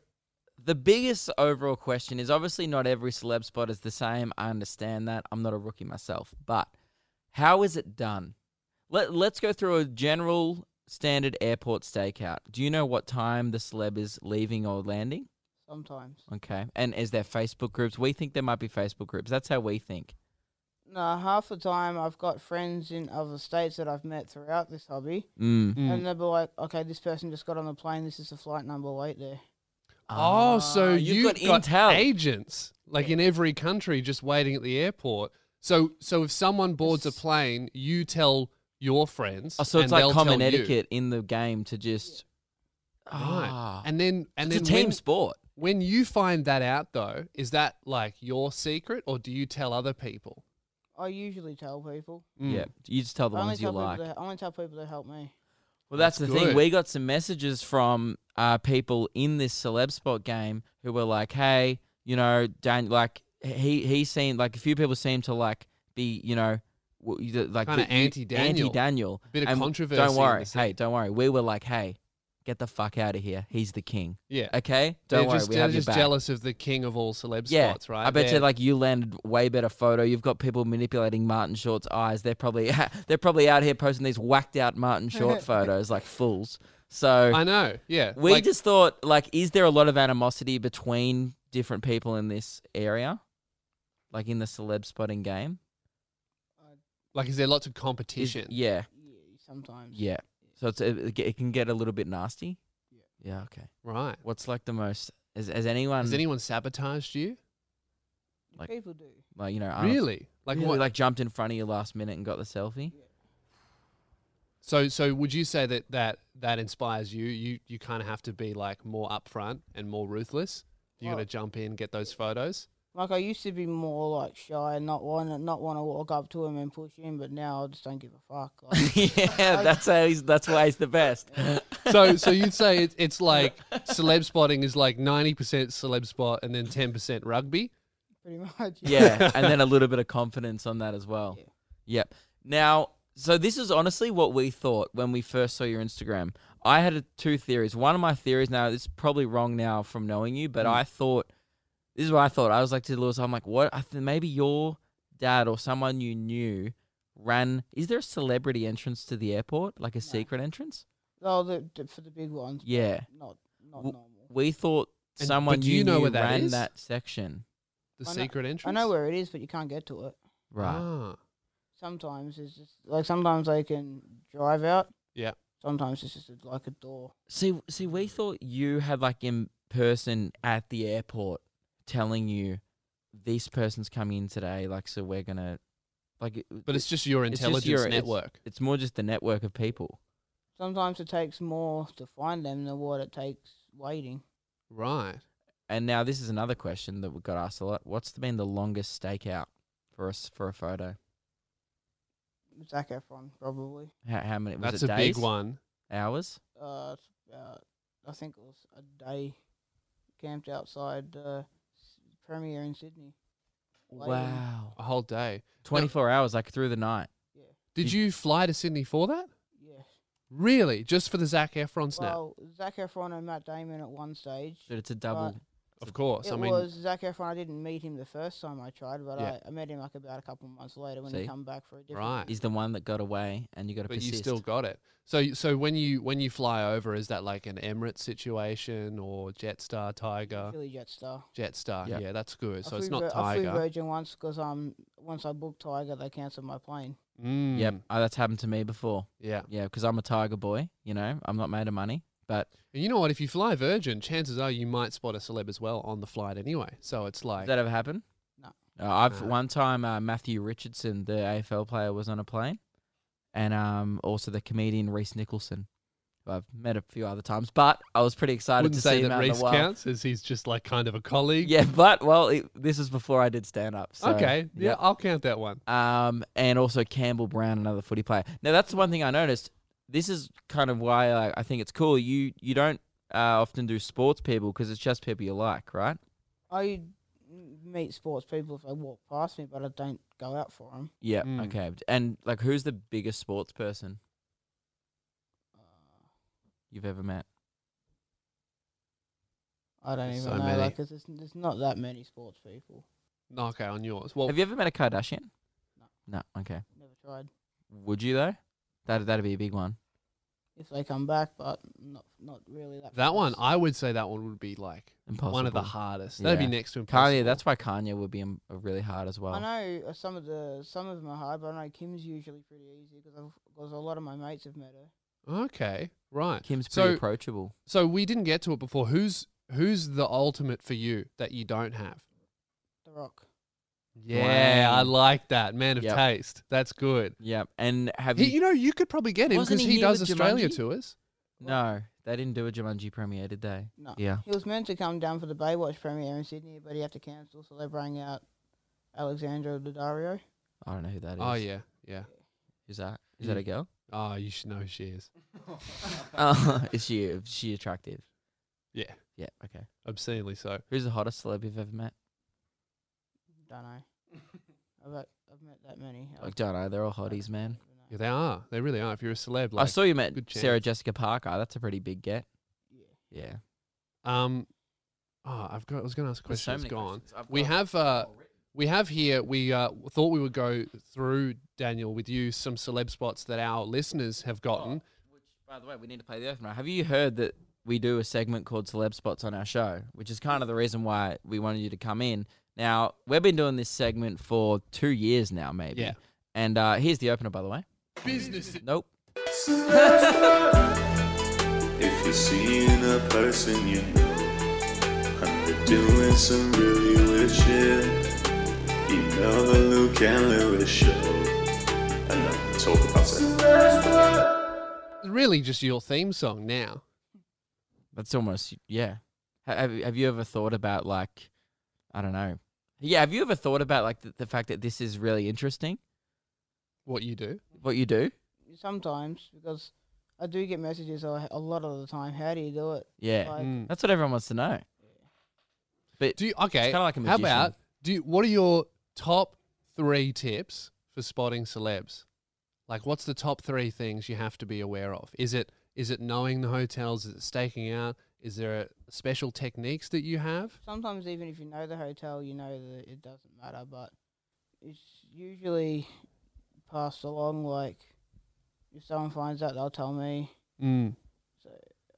Speaker 2: the biggest overall question is obviously not every celeb spot is the same. I understand that. I'm not a rookie myself, but how is it done? Let Let's go through a general standard airport stakeout. Do you know what time the celeb is leaving or landing?
Speaker 4: Sometimes.
Speaker 2: Okay, and is there Facebook groups? We think there might be Facebook groups. That's how we think.
Speaker 4: No, half the time I've got friends in other states that I've met throughout this hobby,
Speaker 2: Mm.
Speaker 1: Mm.
Speaker 4: and they'll be like, "Okay, this person just got on the plane. This is the flight number. Wait there."
Speaker 1: Oh, so
Speaker 2: Ah,
Speaker 1: you've,
Speaker 2: you've got intel.
Speaker 1: agents like in every country just waiting at the airport. So so if someone boards a plane, you tell your friends.
Speaker 2: Oh, so it's
Speaker 1: and
Speaker 2: like
Speaker 1: they'll
Speaker 2: common
Speaker 1: tell you.
Speaker 2: etiquette in the game to just.
Speaker 1: Right. And
Speaker 2: And,
Speaker 1: then and
Speaker 2: it's a
Speaker 1: then
Speaker 2: team
Speaker 1: when-
Speaker 2: sport.
Speaker 1: When you find that out, though, is that like your secret or do you tell other people?
Speaker 4: I usually tell people.
Speaker 1: Mm.
Speaker 2: Yeah, you just tell the
Speaker 4: I only
Speaker 2: ones you
Speaker 4: tell people
Speaker 2: like.
Speaker 4: that, I only tell people that help me.
Speaker 2: Well, that's,
Speaker 1: That's
Speaker 2: the thing.
Speaker 1: good.
Speaker 2: We got some messages from uh, people in this celeb spot game who were like, "Hey, you know, Dan, like he he seemed like a few people seem to like be, you know." w- you- Like
Speaker 1: Kinda
Speaker 2: be- you-
Speaker 1: anti-Daniel.
Speaker 2: anti-Daniel.
Speaker 1: Bit of
Speaker 2: And
Speaker 1: controversy in
Speaker 2: Don't
Speaker 1: the
Speaker 2: worry,
Speaker 1: scene.
Speaker 2: hey, don't worry. We were like, hey, get the fuck out of here. He's the king,
Speaker 1: Yeah.
Speaker 2: okay?
Speaker 1: They're
Speaker 2: Don't worry,
Speaker 1: just,
Speaker 2: we
Speaker 1: they're
Speaker 2: have your
Speaker 1: just
Speaker 2: back.
Speaker 1: jealous of the king of all celeb spots, right?
Speaker 2: I bet
Speaker 1: They're-
Speaker 2: you like you landed way better photo. You've got people manipulating Martin Short's eyes. They're probably they're probably out here posting these whacked out Martin Short photos like fools. So
Speaker 1: I know. Yeah.
Speaker 2: we
Speaker 1: like,
Speaker 2: just thought like, is there a lot of animosity between different people in this area, like in the celeb spotting game?
Speaker 1: like, is there lots of
Speaker 2: Is-
Speaker 1: competition?
Speaker 2: yeah,
Speaker 4: Yeah, sometimes.
Speaker 2: yeah. So it's it, it can get a little bit nasty. Yeah. Okay.
Speaker 1: Right.
Speaker 2: What's like the most? Has, has anyone
Speaker 1: Has anyone sabotaged you?
Speaker 2: Like-
Speaker 4: people do.
Speaker 2: like you know Arnold-
Speaker 1: Really? Like
Speaker 2: really,
Speaker 1: what?
Speaker 2: like jumped in front of you last minute and got the selfie?
Speaker 1: so, so would you say that that that inspires you? You you kind of have to be like more upfront and more ruthless. You got to
Speaker 4: Well-
Speaker 1: jump in, get those photos.
Speaker 4: Like I used to be more like shy and not want to not want to walk up to him and push him, but now I just don't give a fuck. Like,
Speaker 2: yeah, that's how he's. That's why he's the best.
Speaker 1: So, so you'd say it, it's like celeb spotting is like ninety percent celeb spot and then ten percent rugby.
Speaker 4: pretty much.
Speaker 2: yeah, and then a little bit of confidence on that as well.
Speaker 4: Yeah.
Speaker 2: Yep. Now, so this is honestly what we thought when we first saw your Instagram. I had a, two theories. One of my theories now, it's probably wrong now from knowing you,
Speaker 1: Mm.
Speaker 2: but I thought this is what I thought. I was like to Lewis, I'm like, what? I th- maybe your dad or someone you knew ran. Is there a celebrity entrance to the airport, like a secret entrance?
Speaker 4: Oh, the, the- for the big ones. but
Speaker 2: Yeah.
Speaker 4: Not not
Speaker 2: W-
Speaker 4: normal.
Speaker 2: We thought
Speaker 1: And-
Speaker 2: someone
Speaker 1: but
Speaker 2: you,
Speaker 1: you know
Speaker 2: knew
Speaker 1: where that
Speaker 2: ran
Speaker 1: is?
Speaker 2: that section.
Speaker 1: The
Speaker 4: I know-
Speaker 1: secret entrance.
Speaker 4: I know where it is, but you can't get to it.
Speaker 2: Right.
Speaker 1: Ah,
Speaker 4: Sometimes it's just like sometimes they can drive out.
Speaker 1: Yeah.
Speaker 4: Sometimes it's just like a door.
Speaker 2: See, see, we thought you had like in person at the airport telling you this person's coming in today, like so we're gonna, like, it-
Speaker 1: but it's just your
Speaker 2: it's
Speaker 1: intelligence
Speaker 2: your- it's-
Speaker 1: network.
Speaker 2: It's more just the network of people.
Speaker 4: Sometimes it takes more to find them than what it takes waiting.
Speaker 1: Right.
Speaker 2: And now this is another question that we got asked a lot. What's been the longest stakeout for us for a photo?
Speaker 4: Zac Efron probably.
Speaker 2: How, how many? Was
Speaker 1: That's
Speaker 2: it
Speaker 1: a
Speaker 2: days?
Speaker 1: big one.
Speaker 2: Hours?
Speaker 4: Uh, it's about I think it was a day camped outside uh, s- premiere in Sydney. Waiting.
Speaker 2: Wow.
Speaker 1: A whole day.
Speaker 2: Twenty four hours, like through the night.
Speaker 1: Did
Speaker 2: Did-
Speaker 1: you fly to Sydney for that?
Speaker 4: Yeah.
Speaker 1: Really? Just for the Zac Efron snap?
Speaker 4: Well, Zac Efron and Matt Damon at one stage.
Speaker 2: But it's a double.
Speaker 1: Of course.
Speaker 4: It
Speaker 1: I mean,
Speaker 4: was Zach Efron. I didn't meet him the first time I tried, but
Speaker 1: Yeah.
Speaker 4: I, I met him like about a couple months later when
Speaker 2: See?
Speaker 4: he come back for a different.
Speaker 1: right.
Speaker 2: Is the one that got away, and you got to
Speaker 1: But
Speaker 2: persist.
Speaker 1: you still got it. So so when you when you fly over, is that like an Emirates situation or Jetstar Tiger?
Speaker 4: Philly Jetstar.
Speaker 1: Jetstar,
Speaker 2: Yeah.
Speaker 1: yeah, that's good. So
Speaker 4: I
Speaker 1: it's
Speaker 4: flew
Speaker 1: not
Speaker 4: Vir- I flew
Speaker 1: Tiger.
Speaker 4: Virgin once because um once I booked Tiger they cancelled my plane.
Speaker 1: Mm,
Speaker 2: Yep, oh, that's happened to me before.
Speaker 1: Yeah.
Speaker 2: Yeah, because I'm a tiger boy. You know, I'm not made of money, but
Speaker 1: And you know what? If you fly Virgin, chances are you might spot a celeb as well on the flight anyway. So it's like
Speaker 2: Did that ever happen?
Speaker 4: No.
Speaker 2: Uh, I've
Speaker 1: No.
Speaker 2: one time uh, Matthew Richardson, the AFL player, was on a plane, and um, also the comedian Reese Nicholson. who I've met a few other times, but I was pretty excited
Speaker 1: wouldn't
Speaker 2: to
Speaker 1: say
Speaker 2: see him
Speaker 1: that
Speaker 2: out in
Speaker 1: Reese
Speaker 2: the wild.
Speaker 1: counts as he's just like kind of a colleague.
Speaker 2: Yeah, but well, it, this was before I did stand up. So,
Speaker 1: okay. Yeah,
Speaker 2: yep.
Speaker 1: I'll count that one.
Speaker 2: Um, and also Campbell Brown, another footy player. Now that's the one thing I noticed. This is kind of why like, I think it's cool. You you don't uh, often do sports people because it's just people you like, right?
Speaker 4: I m- meet sports people if they walk past me, but I don't go out for them.
Speaker 2: Yeah.
Speaker 1: Mm.
Speaker 2: Okay. And like, who's the biggest sports person
Speaker 4: Uh,
Speaker 2: you've ever met?
Speaker 4: I don't
Speaker 1: There's
Speaker 4: even
Speaker 1: so
Speaker 4: know,
Speaker 1: many.
Speaker 4: like, 'cause there's, there's not that many sports people.
Speaker 1: No, Okay, on yours. Well,
Speaker 2: Have you ever met a Kardashian?
Speaker 4: No.
Speaker 2: No. Okay.
Speaker 4: Never tried.
Speaker 2: Would you though? That that'd be a big one.
Speaker 4: If they come back, but not not really that.
Speaker 1: that one,
Speaker 4: fast.
Speaker 1: I would say that one would be like
Speaker 2: Impossible.
Speaker 1: one of the hardest. That'd
Speaker 2: Yeah.
Speaker 1: be next to impossible.
Speaker 2: Kanye. That's why Kanye would be um, really hard as well.
Speaker 4: I know uh, some of the some of them are hard, but I know Kim's usually pretty easy because a lot of my mates have met her.
Speaker 1: okay, right.
Speaker 2: Kim's pretty
Speaker 1: so
Speaker 2: approachable.
Speaker 1: so we didn't get to it before. Who's who's the ultimate for you that you don't have?
Speaker 4: The Rock.
Speaker 1: Yeah, I
Speaker 2: Dwayne.
Speaker 1: like that. Man of
Speaker 2: Yep.
Speaker 1: taste. That's good.
Speaker 2: Yeah. And have
Speaker 1: He,
Speaker 2: you?
Speaker 1: you know, you could probably get him
Speaker 2: Wasn't
Speaker 1: because
Speaker 2: he
Speaker 1: he,
Speaker 2: here
Speaker 1: does
Speaker 2: with
Speaker 1: Australia
Speaker 2: Jumanji?
Speaker 1: tours.
Speaker 2: No, they didn't do a Jumanji premiere, did they?
Speaker 4: No.
Speaker 2: Yeah.
Speaker 4: He was meant to come down for the Baywatch premiere in Sydney, but he had to cancel, so they bring out Alexandra Daddario.
Speaker 2: I don't know who that is.
Speaker 1: Oh yeah, yeah.
Speaker 2: Who's that? Is that a girl?
Speaker 1: Oh, you should know who she is.
Speaker 2: Uh, is she is she attractive?
Speaker 1: Yeah,
Speaker 2: Yeah. Okay.
Speaker 1: obscenely so.
Speaker 2: Who's the hottest celeb you've ever met?
Speaker 4: Don't know. I've, met- I've met that many. I
Speaker 2: Like, don't know. They're all
Speaker 4: don't
Speaker 2: hotties, man.
Speaker 4: even know.
Speaker 1: Yeah, they are. They really are. If you're a celeb,
Speaker 2: I
Speaker 1: like,
Speaker 2: saw you met
Speaker 1: good
Speaker 2: Sarah
Speaker 1: chance.
Speaker 2: Jessica Parker. That's a pretty big get.
Speaker 4: Yeah.
Speaker 2: Yeah.
Speaker 1: um, oh, I've got. I was going to ask a
Speaker 2: There's
Speaker 1: question.
Speaker 2: so
Speaker 1: it's
Speaker 2: many
Speaker 1: gone.
Speaker 2: questions. I've
Speaker 1: We
Speaker 2: got-
Speaker 1: have. Uh, we have here. We uh, thought we would go through Daniel with you some celeb spots that our listeners have gotten.
Speaker 2: Which, by the way, we need to play the earth now. Have you heard that we do a segment called Celeb Spots on our show, which is kind of the reason why we wanted you to come in. Now, we've been doing this segment for two years now, maybe.
Speaker 1: Yeah.
Speaker 2: And uh, here's the opener, by the way.
Speaker 1: Business.
Speaker 2: Nope.
Speaker 3: If you're seeing a person you know, and they're doing some really weird shit, email the Luke and Lewis show. And then talk about it.
Speaker 1: Really, just your theme song now.
Speaker 2: That's almost, yeah. Ha- Have, have you ever thought about, like, I don't know. Yeah, have you ever thought about, like, the, the fact that this is really interesting,
Speaker 1: What you do?
Speaker 2: what you do?
Speaker 4: Sometimes, because I do get messages a a lot of the time. How do you do it?
Speaker 2: Yeah.
Speaker 4: Like,
Speaker 1: Mm.
Speaker 2: That's what everyone wants to know. But
Speaker 1: Do you, okay.
Speaker 2: kinda like a
Speaker 1: how
Speaker 2: magician.
Speaker 1: about do? You, what are your top three tips for spotting celebs? Like, what's the top three things you have to be aware of? Is it is it knowing the hotels? Is it staking out? Is there special techniques that you have?
Speaker 4: sometimes even if you know the hotel, you know that it doesn't matter. But it's usually passed along. Like if someone finds out, they'll tell me.
Speaker 1: Mm.
Speaker 4: So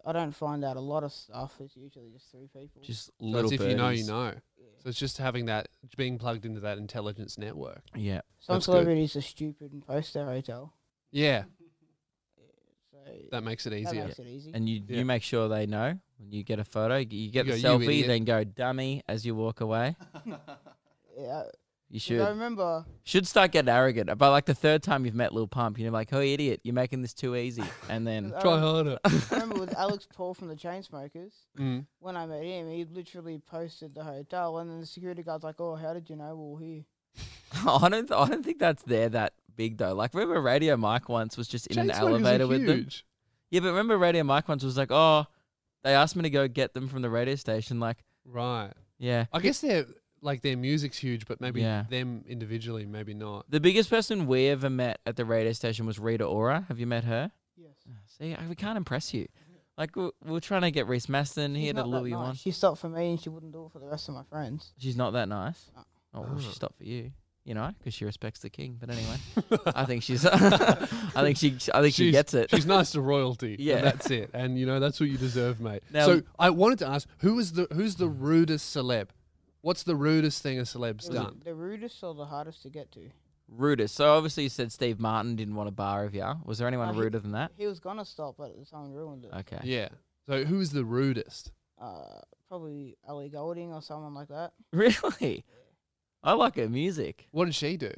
Speaker 4: I don't find out a lot of stuff. It's usually just through people.
Speaker 2: just
Speaker 1: So it's
Speaker 2: little
Speaker 1: if you know, you
Speaker 2: birdies.
Speaker 1: know.
Speaker 4: Yeah.
Speaker 1: So it's just having that being plugged into that intelligence network.
Speaker 2: Yeah.
Speaker 4: Some
Speaker 1: that's good.
Speaker 4: celebrities are stupid and post their hotel.
Speaker 1: Yeah,
Speaker 4: So
Speaker 1: that makes it
Speaker 4: that
Speaker 1: easier.
Speaker 4: makes it easy.
Speaker 2: and you
Speaker 1: Yeah.
Speaker 2: you make sure they know when you get a photo. You- You get
Speaker 1: You
Speaker 2: the
Speaker 1: go, "You
Speaker 2: selfie,
Speaker 1: idiot."
Speaker 2: then go dummy as you walk away.
Speaker 4: yeah,
Speaker 2: You
Speaker 4: 'cause I
Speaker 2: should
Speaker 4: remember
Speaker 2: should start getting arrogant. But like the third time you've met Lil Pump, you're like, "Oh idiot, you're making this too easy." And then
Speaker 4: I
Speaker 1: Try
Speaker 4: rem-
Speaker 1: harder.
Speaker 4: I remember with Alex Paul from the Chainsmokers.
Speaker 1: Mm.
Speaker 4: When I met him, he literally posted the hotel, and then the security guard's like, "Oh, how did you know we were here?"
Speaker 2: I don't I don't think that's there that big though. Like remember Radio Mike once was just in an
Speaker 1: Chainsmokers are
Speaker 2: elevator with them.
Speaker 1: huge.
Speaker 2: Yeah, but remember Radio Mike once was like, "Oh, they asked me to go get them from the radio station." Like,
Speaker 1: Right.
Speaker 2: yeah.
Speaker 1: I guess they're like their music's huge, but maybe
Speaker 2: Yeah.
Speaker 1: them individually, maybe not.
Speaker 2: The biggest person we ever met at the radio station was Rita Ora. Have you met her?
Speaker 4: Yes.
Speaker 2: See, I- we can't impress you. Like we we we're trying to get Reese Maston. He
Speaker 4: She's
Speaker 2: had a
Speaker 4: not that
Speaker 2: Louis
Speaker 4: nice.
Speaker 2: one.
Speaker 4: She stopped for me and she wouldn't do it for the rest of my friends.
Speaker 2: She's not that nice.
Speaker 4: No.
Speaker 2: Oh, well, she
Speaker 1: Oh.
Speaker 2: stopped for you. You know, because she respects the king. But anyway, I think she's. I think she. I think she
Speaker 1: She's-
Speaker 2: gets it.
Speaker 1: She's nice to royalty. yeah,
Speaker 2: Yeah.
Speaker 1: that's it. And you know that's what you deserve, mate.
Speaker 2: Now-
Speaker 1: so I wanted to ask, who is the who's the rudest celeb? What's the rudest thing a celeb's
Speaker 4: It was
Speaker 1: done?
Speaker 4: The rudest or the hardest to get to?
Speaker 2: Rudest. So obviously you said Steve Martin didn't want a bar of ya. Was there anyone
Speaker 4: Oh, he-
Speaker 2: ruder than that?
Speaker 4: He was gonna stop, but someone ruined it.
Speaker 2: Okay.
Speaker 1: Yeah. So who is the rudest?
Speaker 4: Uh, probably Ellie Golding or someone like that.
Speaker 2: Really? I like her music.
Speaker 1: What did she do?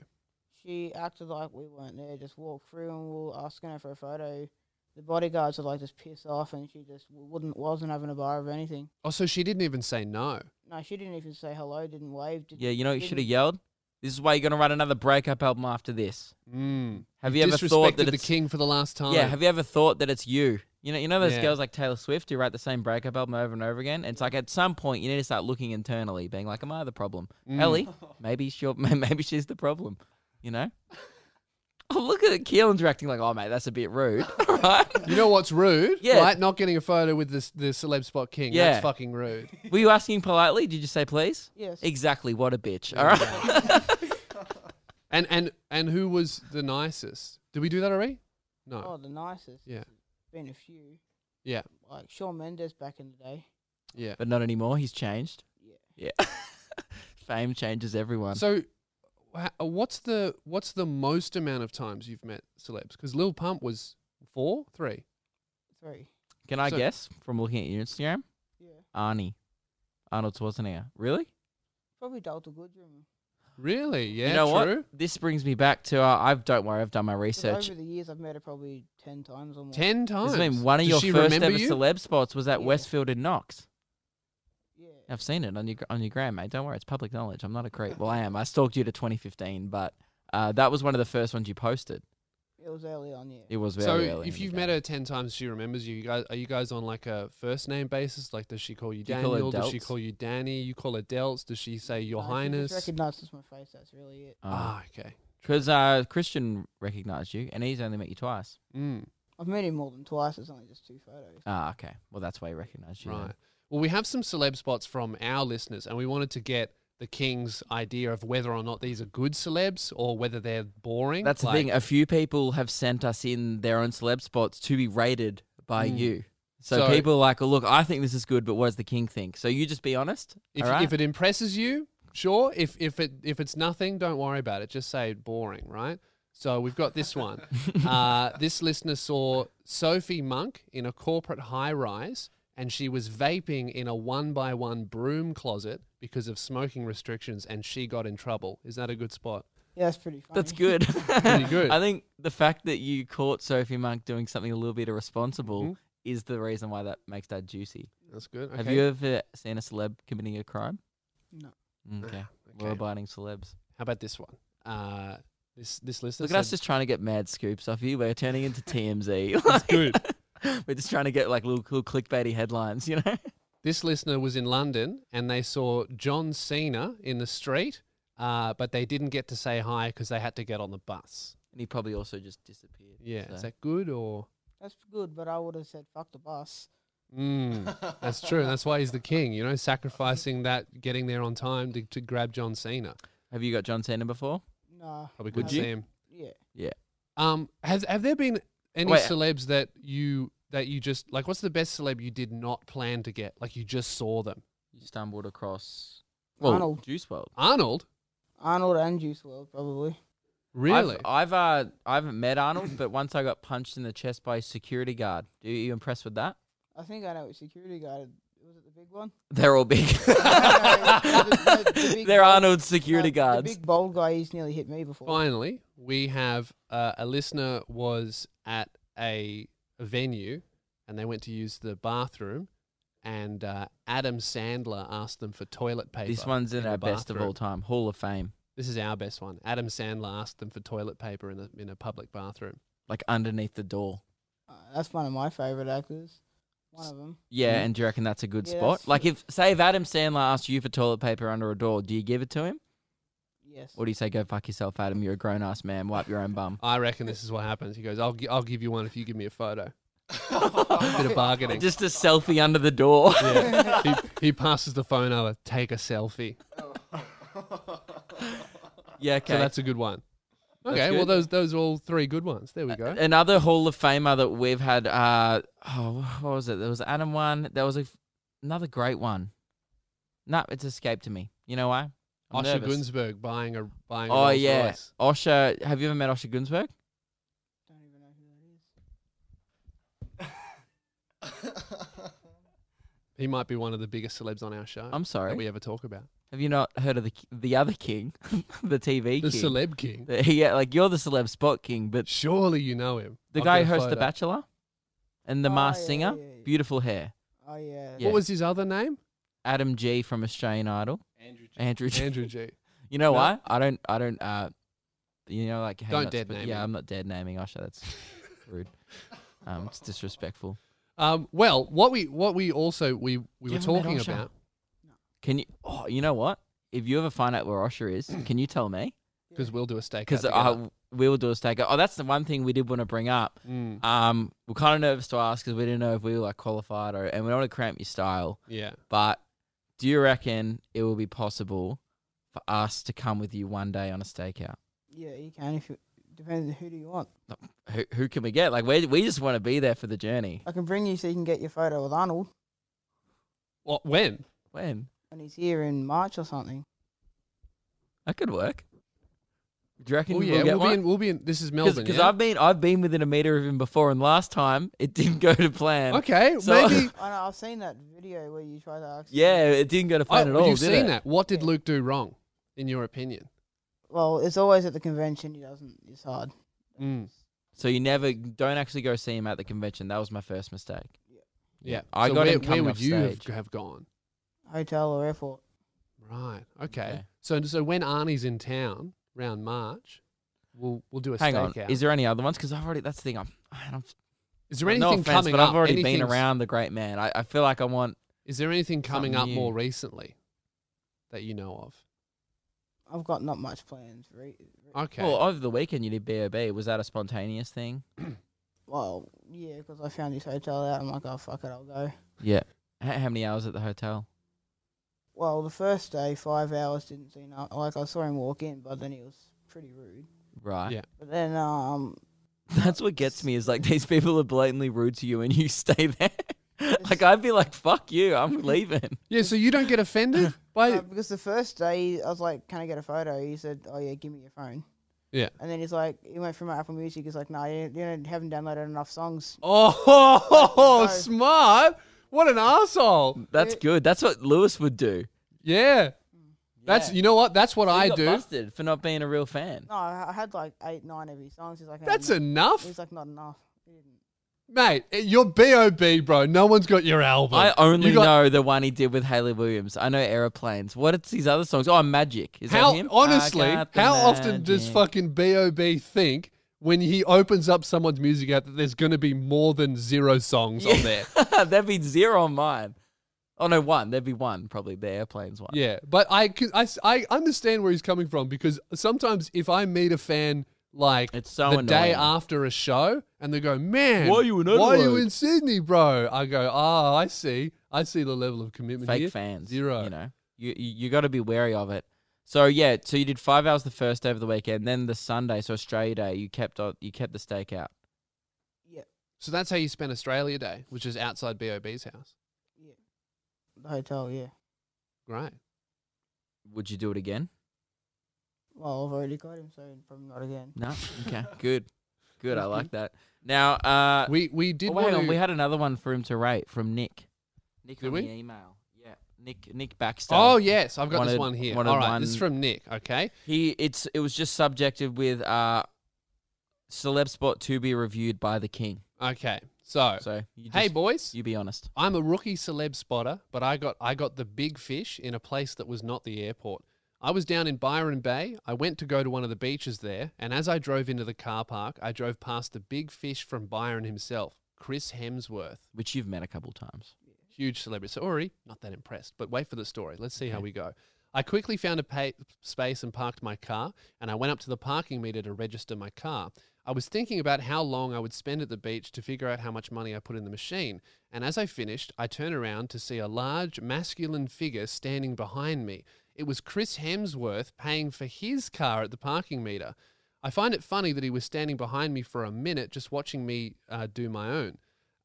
Speaker 4: She acted like we weren't there, just walked through and we were asking her for a photo. The bodyguards would like just piss off, and she just w- wouldn't wasn't having a bar of anything.
Speaker 1: Oh, so she didn't even say no.
Speaker 4: No, she didn't even say hello, didn't wave. Didn't
Speaker 2: Yeah, you know what you
Speaker 4: didn't-
Speaker 2: should have yelled? This is why you're gonna write another breakup album after this.
Speaker 1: Mm.
Speaker 2: Have you ever
Speaker 1: disrespected
Speaker 2: thought that
Speaker 1: the
Speaker 2: it's
Speaker 1: king for the last time?
Speaker 2: Yeah, have you ever thought that it's you? You know, you know those
Speaker 1: Yeah.
Speaker 2: girls like Taylor Swift who write the same breakup album over and over again? It's like at some point you need to start looking internally, being like, Am I the problem?
Speaker 1: Mm.
Speaker 2: Ellie, maybe she maybe she's the problem. You know? Oh, look at it. Keelan's acting like, oh mate, that's a bit rude. right?
Speaker 1: You know what's rude?
Speaker 2: Yeah.
Speaker 1: Right? Not getting a photo with this the celeb spot king.
Speaker 2: Yeah.
Speaker 1: That's fucking rude.
Speaker 2: Were you asking politely? Did you say please?
Speaker 4: Yes.
Speaker 2: Exactly. What a bitch. All right.
Speaker 1: And and and who was the nicest? Did we do that already? No.
Speaker 4: Oh, the nicest.
Speaker 1: Yeah.
Speaker 4: Been a few.
Speaker 1: Yeah.
Speaker 4: Like Shawn Mendes back in the day.
Speaker 1: Yeah.
Speaker 2: but not anymore. He's changed. Yeah. Fame changes everyone.
Speaker 1: So, wha- what's the what's the most amount of times you've met celebs? Because Lil Pump was four, three.
Speaker 4: Three.
Speaker 2: Can I
Speaker 1: so-
Speaker 2: guess from looking at your Instagram?
Speaker 4: Yeah.
Speaker 2: Arnie. Arnold Schwarzenegger. Really?
Speaker 4: Probably Delta Goodrum.
Speaker 1: Really? Yeah.
Speaker 2: you know
Speaker 1: true.
Speaker 2: what? This brings me back to uh, I've don't worry, I've done my
Speaker 4: 'Cause
Speaker 2: research.
Speaker 4: Over the years, I've met her probably ten times or more.
Speaker 1: Ten times.
Speaker 2: This has been one of
Speaker 1: Does
Speaker 2: your
Speaker 1: she
Speaker 2: first
Speaker 1: remember
Speaker 2: ever
Speaker 1: you?
Speaker 2: celeb spots was at
Speaker 4: Yeah.
Speaker 2: Westfield in Knox.
Speaker 4: Yeah.
Speaker 2: I've seen it on your gr- on your gram, mate. Don't worry, it's public knowledge. I'm not a creep. Well, I am. I stalked you to 2015, but uh, that was one of the first ones you posted.
Speaker 4: It was early on, yeah.
Speaker 2: It was very
Speaker 1: So,
Speaker 2: early in
Speaker 1: if
Speaker 2: the
Speaker 1: you've
Speaker 2: game.
Speaker 1: met her ten times, she remembers you. you guys, are you guys on like a first name basis? Like, does she call you
Speaker 2: Do you call her
Speaker 1: Daniel? does she
Speaker 2: Delts?
Speaker 1: call you Danny? You call her Delts? Does she say Your
Speaker 4: No, she just
Speaker 1: Highness?
Speaker 4: recognises my face. That's really it.
Speaker 2: Ah,
Speaker 1: Ah, okay.
Speaker 2: because uh, Christian recognized you, and he's only met you twice.
Speaker 1: Mm,
Speaker 4: I've met him more than twice. It's only just two photos.
Speaker 2: Ah, okay. Well, that's why he recognized you. then.
Speaker 1: right. Well, we have some celeb spots from our listeners, and we wanted to get the king's idea of whether or not these are good celebs or whether they're boring.
Speaker 2: That's the
Speaker 1: Like,
Speaker 2: thing. A few people have sent us in their own celeb spots to be rated by
Speaker 1: Mm.
Speaker 2: you. So,
Speaker 1: So-
Speaker 2: people are like, oh, look, I think this is good, but what does the king think? So you just be honest.
Speaker 1: If,
Speaker 2: all right?
Speaker 1: if it impresses you, sure. If if it if it's nothing, don't worry about it. Just say boring, right? So we've got this one. uh, this listener saw Sophie Monk in a corporate high rise, and she was vaping in a one by one broom closet because of smoking restrictions, and she got in trouble. Is that a good spot?
Speaker 4: Yeah, that's pretty funny.
Speaker 2: That's good.
Speaker 1: Pretty good.
Speaker 2: I think the fact that you caught Sophie Monk doing something a little bit irresponsible
Speaker 1: Mm-hmm.
Speaker 2: is the reason why that makes that juicy.
Speaker 1: That's good.
Speaker 2: Have
Speaker 1: Okay.
Speaker 2: you ever seen a celeb committing a crime? Mm,
Speaker 4: No.
Speaker 2: Okay.
Speaker 1: Okay.
Speaker 2: Law abiding celebs.
Speaker 1: How about this one? Uh, this this listener.
Speaker 2: Look at us
Speaker 1: said-
Speaker 2: just trying to get mad scoops off you. We're turning into TMZ. That's
Speaker 1: good.
Speaker 2: We're just trying to get like little cool clickbaity headlines, you know?
Speaker 1: this listener was in London and they saw John Cena in the street, uh, but they didn't get to say hi because they had to get on the bus.
Speaker 2: And he probably also just disappeared.
Speaker 1: Yeah,
Speaker 2: so.
Speaker 1: is that good or?
Speaker 4: That's good, but I would have said fuck the bus.
Speaker 1: Mm, that's true. That's why he's the king, you know, sacrificing that, getting there on time to, to grab John Cena.
Speaker 2: Have you got John Cena before?
Speaker 4: Nah.
Speaker 1: Probably
Speaker 2: Would
Speaker 1: good to
Speaker 2: you?
Speaker 1: see him.
Speaker 4: Yeah.
Speaker 1: Um, has have there been any
Speaker 2: Wait.
Speaker 1: celebs that you that you just like? What's the best celeb you did not plan to get? Like you just saw them.
Speaker 2: You stumbled across well,
Speaker 4: well, Arnold.
Speaker 2: Juice World.
Speaker 1: Arnold,
Speaker 4: Arnold and Juice World probably.
Speaker 1: really?
Speaker 2: I've, I've uh, I haven't met Arnold, but once I got punched in the chest by a security guard. Are you impressed with that?
Speaker 4: I think I know which security guard. Was it the big one?
Speaker 2: They're all big.
Speaker 4: the- the big
Speaker 2: They're
Speaker 4: guy-
Speaker 2: Arnold's security
Speaker 4: Uh,
Speaker 2: guards.
Speaker 4: The big bold guy. He's nearly hit me before.
Speaker 1: Finally, we have uh, a listener was at a, a venue and they went to use the bathroom, and uh, Adam Sandler asked them for toilet paper.
Speaker 2: this one's in,
Speaker 1: in
Speaker 2: our
Speaker 1: the
Speaker 2: best of
Speaker 1: bathroom.
Speaker 2: all time Hall of Fame,
Speaker 1: This is our best one. Adam Sandler asked them for toilet paper in a, in a public bathroom.
Speaker 2: like underneath the door.
Speaker 4: Uh, that's one of my favorite actors. One of them.
Speaker 2: Yeah,
Speaker 1: Mm.
Speaker 2: and do you reckon that's a good
Speaker 4: Yeah,
Speaker 2: spot?
Speaker 4: that's-
Speaker 2: Like, if say if Adam Sandler asked you for toilet paper under a door, do you give it to him,
Speaker 4: Yes.
Speaker 2: or do you say go fuck yourself, Adam? You're a grown ass man. Wipe your own bum.
Speaker 1: I reckon this is what happens. He goes, "I'll gi- I'll give you one if you give me a photo." Bit of bargaining.
Speaker 2: Just a selfie under the door.
Speaker 1: Yeah. he, he passes the phone over. Take a selfie.
Speaker 2: yeah, okay.
Speaker 1: So that's a good one. Okay, well
Speaker 2: good.
Speaker 1: those those are all three good ones. There we go.
Speaker 2: Another Hall of Famer that we've had. Uh, oh, what was it? There was Adam one. There was a, another great one. No, it's escaped to me. You know why? I'm
Speaker 1: Osher
Speaker 2: nervous.
Speaker 1: Gunsberg buying a buying. a
Speaker 2: Oh
Speaker 1: Rolls
Speaker 2: yeah,
Speaker 1: Royce.
Speaker 2: Osher. Have you ever met Osher Gunsberg?
Speaker 1: Uh,
Speaker 4: Don't even know who that is.
Speaker 1: He might be one of the biggest celebs on our show.
Speaker 2: I'm sorry.
Speaker 1: That we ever talk about
Speaker 2: Have you not heard of the ki- the other king, the TV
Speaker 1: the
Speaker 2: king?
Speaker 1: celeb king.
Speaker 2: The- yeah, like you're the celeb spot king, but
Speaker 1: Surely you know him.
Speaker 2: the
Speaker 1: I've
Speaker 2: guy
Speaker 1: got
Speaker 2: who
Speaker 1: a
Speaker 2: hosts The
Speaker 1: photo.
Speaker 2: Bachelor and The
Speaker 4: Oh,
Speaker 2: Masked
Speaker 4: yeah,
Speaker 2: Singer,
Speaker 4: yeah, yeah.
Speaker 2: beautiful hair.
Speaker 4: Oh yeah.
Speaker 2: Yeah.
Speaker 1: What was his other name?
Speaker 2: Adam G from Australian Idol.
Speaker 5: Andrew. J-
Speaker 2: Andrew G.
Speaker 1: Andrew G.
Speaker 2: You know
Speaker 1: No.
Speaker 2: why? I don't. I don't. Uh, you know, like hang
Speaker 1: Don't
Speaker 2: nuts,
Speaker 1: dead
Speaker 2: but
Speaker 1: name
Speaker 2: Yeah,
Speaker 1: him.
Speaker 2: I'm not dead naming Usher. That's rude. Um, it's disrespectful.
Speaker 1: Um, well, what we what we also we we
Speaker 2: You
Speaker 1: were
Speaker 2: haven't met
Speaker 1: talking
Speaker 2: Osher.
Speaker 1: about.
Speaker 2: Can you? Oh, you know what? If you ever find out where Usher is, can you tell me?
Speaker 1: Because we'll do a stakeout.
Speaker 2: Because
Speaker 1: together.
Speaker 2: uh, we will do a stakeout. Oh, that's the one thing we did want to bring up.
Speaker 1: Mm,
Speaker 2: Um, we're kind of nervous to ask because we didn't know if we were like qualified or, and we don't want to cramp your style.
Speaker 1: yeah.
Speaker 2: But do you reckon it will be possible for us to come with you one day on a stakeout?
Speaker 4: Yeah, you can if you depends on who do you want.
Speaker 2: Who, who can we get? Like we we just want to be there for the journey.
Speaker 4: I can bring you so you can get your photo with Arnold
Speaker 1: What when?
Speaker 2: When?
Speaker 4: when he's here in March or something.
Speaker 2: That could work. Do you reckon
Speaker 1: Oh
Speaker 2: we'll
Speaker 1: yeah,
Speaker 2: get
Speaker 1: we'll, be in.
Speaker 2: one?
Speaker 1: We'll be in. This is Melbourne.
Speaker 2: Because
Speaker 1: yeah?
Speaker 2: I've been I've been within a meter of him before, and last time it didn't go to plan.
Speaker 1: okay.
Speaker 2: So-
Speaker 1: maybe
Speaker 4: I know. I've seen that video where you try to ask.
Speaker 2: Yeah, it didn't go to
Speaker 1: I,
Speaker 2: plan at all.
Speaker 1: Oh, you've
Speaker 2: did
Speaker 1: seen
Speaker 2: it?
Speaker 1: that. What did Luke do wrong, in your opinion?
Speaker 4: Well, it's always at the convention. He doesn't. It's hard.
Speaker 1: Mm.
Speaker 2: So you never don't actually go see him at the convention. That was my first mistake.
Speaker 1: Yeah,
Speaker 2: I
Speaker 1: so
Speaker 2: got
Speaker 1: where,
Speaker 2: him
Speaker 1: Where
Speaker 2: coming
Speaker 1: would
Speaker 2: off
Speaker 1: you have,
Speaker 2: stage.
Speaker 1: have gone?
Speaker 4: Hotel or airport.
Speaker 1: Right. Okay.
Speaker 2: Okay.
Speaker 1: So so when Arnie's in town round March, we'll we'll do a
Speaker 2: Hang on,
Speaker 1: stakeout.
Speaker 2: is there any other ones? Because I've already that's the thing. I'm, I'm
Speaker 1: Is there anything
Speaker 2: no offense,
Speaker 1: coming
Speaker 2: but
Speaker 1: up?
Speaker 2: I've already been
Speaker 1: anything's-
Speaker 2: around the great man. I, I feel like I want.
Speaker 1: Is there anything coming up
Speaker 2: something
Speaker 1: more
Speaker 2: new.
Speaker 1: recently that you know
Speaker 4: I've got not much plans. Re-
Speaker 1: of? Okay.
Speaker 2: Well, over the weekend you did BOB. Was that a spontaneous thing?
Speaker 4: well, yeah, 'cause I found this hotel out. I'm like, oh fuck it, I'll go.
Speaker 2: Yeah. How, how many hours at the hotel?
Speaker 4: Well, the first day, five hours didn't seem no- like I saw him walk in, but then he was pretty rude.
Speaker 2: Right.
Speaker 1: Yeah.
Speaker 4: But then, um,
Speaker 2: That's what gets me is like these people are blatantly rude to you and you stay there. like I'd be like, fuck you, I'm leaving.
Speaker 1: yeah. So you don't get offended by
Speaker 4: uh,
Speaker 2: Um,
Speaker 4: because the first day I was like, "Can I get a photo?" He said, "Oh yeah, give me your phone."
Speaker 1: Yeah.
Speaker 4: And then he's like, he went from Apple Music. He's like, "No, you, you don't, haven't downloaded enough songs."
Speaker 1: oh
Speaker 4: No.
Speaker 1: smart. What an asshole.
Speaker 2: That's good. That's what Lewis would do.
Speaker 1: Yeah. That's
Speaker 2: Yeah.
Speaker 1: you know what? That's what
Speaker 2: He
Speaker 1: I
Speaker 2: got
Speaker 1: do.
Speaker 2: busted for not being a real fan.
Speaker 4: No, I I had like eight, nine of his songs. He's like,
Speaker 1: That's
Speaker 4: it.
Speaker 1: enough,
Speaker 4: He's like, not enough. He didn't.
Speaker 1: mate. eh, You're bob, bro. No one's got your album.
Speaker 2: I only
Speaker 1: You got-
Speaker 2: know the one he did with Haley Williams. I know Aeroplanes. What are these other songs? Oh, Magic. Is
Speaker 1: how
Speaker 2: that him?
Speaker 1: honestly,
Speaker 2: I
Speaker 1: how
Speaker 2: got the
Speaker 1: often does
Speaker 2: magic.
Speaker 1: fucking Bob think when he opens up someone's music out that there's going to be more than zero songs on there?
Speaker 2: That'd be zero on mine. Oh no, one. There'd be one probably. The Airplanes one.
Speaker 1: Yeah, but I, c- I s- I understand where he's coming from because sometimes if I meet a fan like
Speaker 2: It's so
Speaker 1: the day
Speaker 2: annoying.
Speaker 1: after a show and they go, man,
Speaker 2: Why are you in
Speaker 1: why are you
Speaker 2: Adelaide?"
Speaker 1: in Sydney, bro? I go, ah, I see, I see the level of commitment
Speaker 2: fake
Speaker 1: here.
Speaker 2: fans.
Speaker 1: zero.
Speaker 2: You know, you you, you got to be wary of it. So yeah, so you did five hours the first day of the weekend, then the Sunday, so Australia Day, you kept on, you kept the steak out.
Speaker 1: So that's how you spent Australia Day, which is outside Bob's house.
Speaker 4: The hotel, yeah.
Speaker 1: Right.
Speaker 2: Would you do it again?
Speaker 4: Well, I've already got him, so probably not again.
Speaker 2: No. Okay. Good. Good. I like that. Now, uh,
Speaker 1: We we did
Speaker 2: oh,
Speaker 1: want
Speaker 2: hang on.
Speaker 1: to-
Speaker 2: We had another one for him to rate from Nick. Nick
Speaker 1: Did
Speaker 2: on
Speaker 1: we?
Speaker 2: the email. Yeah. Nick Nick Baxter.
Speaker 1: Oh yes, I've got
Speaker 2: Wanted-
Speaker 1: this one here.
Speaker 2: wanted
Speaker 1: All right, this is
Speaker 2: one-
Speaker 1: from Nick. Okay,
Speaker 2: He it's it was just subjected with uh, celeb spot to be reviewed by the king.
Speaker 1: okay. So,
Speaker 2: So you just,
Speaker 1: hey boys,
Speaker 2: you be honest.
Speaker 1: I'm a rookie celeb spotter, but I got I got the big fish in a place that was not the airport. I was down in Byron Bay. I went to go to one of the beaches there, and as I drove into the car park, I drove past the big fish from Byron himself, Chris Hemsworth,
Speaker 2: Which you've met a couple times.
Speaker 1: huge celebrity. So already not that impressed, but wait for the story. Let's see how we go. I quickly found a pa- space and parked my car, and I went up to the parking meter to register my car. I was thinking about how long I would spend at the beach to figure out how much money I put in the machine. And as I finished, I turn around to see a large masculine figure standing behind me. It was Chris Hemsworth paying for his car at the parking meter. I find it funny that he was standing behind me for a minute just watching me uh, do my own.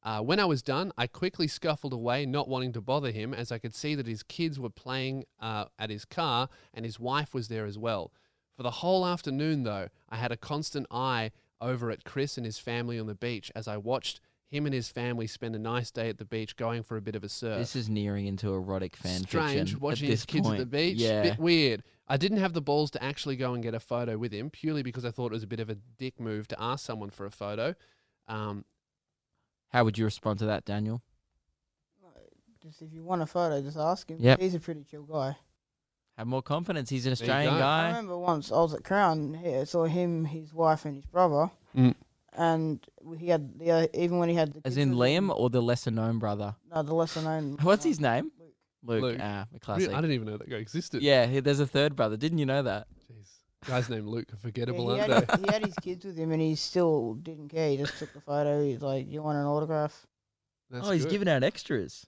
Speaker 1: Uh, when I was done, I quickly scuffled away, not wanting to bother him, as I could see that his kids were playing uh, at his car and his wife was there as well. For the whole afternoon, though, I had a constant eye over at Chris and his family on the beach as I watched him and his family spend a nice day at the beach going for a bit of a surf.
Speaker 2: This is nearing into erotic fan
Speaker 1: Uh, Strange
Speaker 2: fiction.
Speaker 1: watching
Speaker 2: at this
Speaker 1: his kids
Speaker 2: point.
Speaker 1: at the beach.
Speaker 2: Yeah.
Speaker 1: Bit weird. I didn't have the balls to actually go and get a photo with him purely because I thought it was a bit of a dick move to ask someone for a photo. Um,
Speaker 2: How would you respond to that, Daniel?
Speaker 4: Just if you want a photo, just ask him.
Speaker 2: Yep.
Speaker 4: He's a pretty chill guy.
Speaker 2: Have more confidence. He's an
Speaker 1: There you
Speaker 2: Australian
Speaker 1: go.
Speaker 4: I
Speaker 2: guy.
Speaker 4: remember once I was at Crown, he- I saw him, his wife, and his brother.
Speaker 1: Mm.
Speaker 4: And he had the other, even when he had the
Speaker 2: As
Speaker 4: kids
Speaker 2: in
Speaker 4: with him-
Speaker 2: Liam or the lesser known brother?
Speaker 4: No, the lesser known.
Speaker 2: What's his name?
Speaker 4: Luke.
Speaker 2: Luke.
Speaker 1: Luke.
Speaker 2: Ah, a
Speaker 1: re-
Speaker 2: classic.
Speaker 1: I didn't even know that guy existed.
Speaker 2: yeah, he- there's a third brother. Didn't you know that?
Speaker 1: Jeez. Guy's named Luke. are
Speaker 4: Yeah,
Speaker 1: Forgettable,
Speaker 4: he,
Speaker 1: aren't they?
Speaker 4: had, he had his kids with him, and he still didn't care. He just took the photo. He's like, "You want an autograph?"
Speaker 1: That's
Speaker 2: oh, he's
Speaker 1: good.
Speaker 2: giving out extras.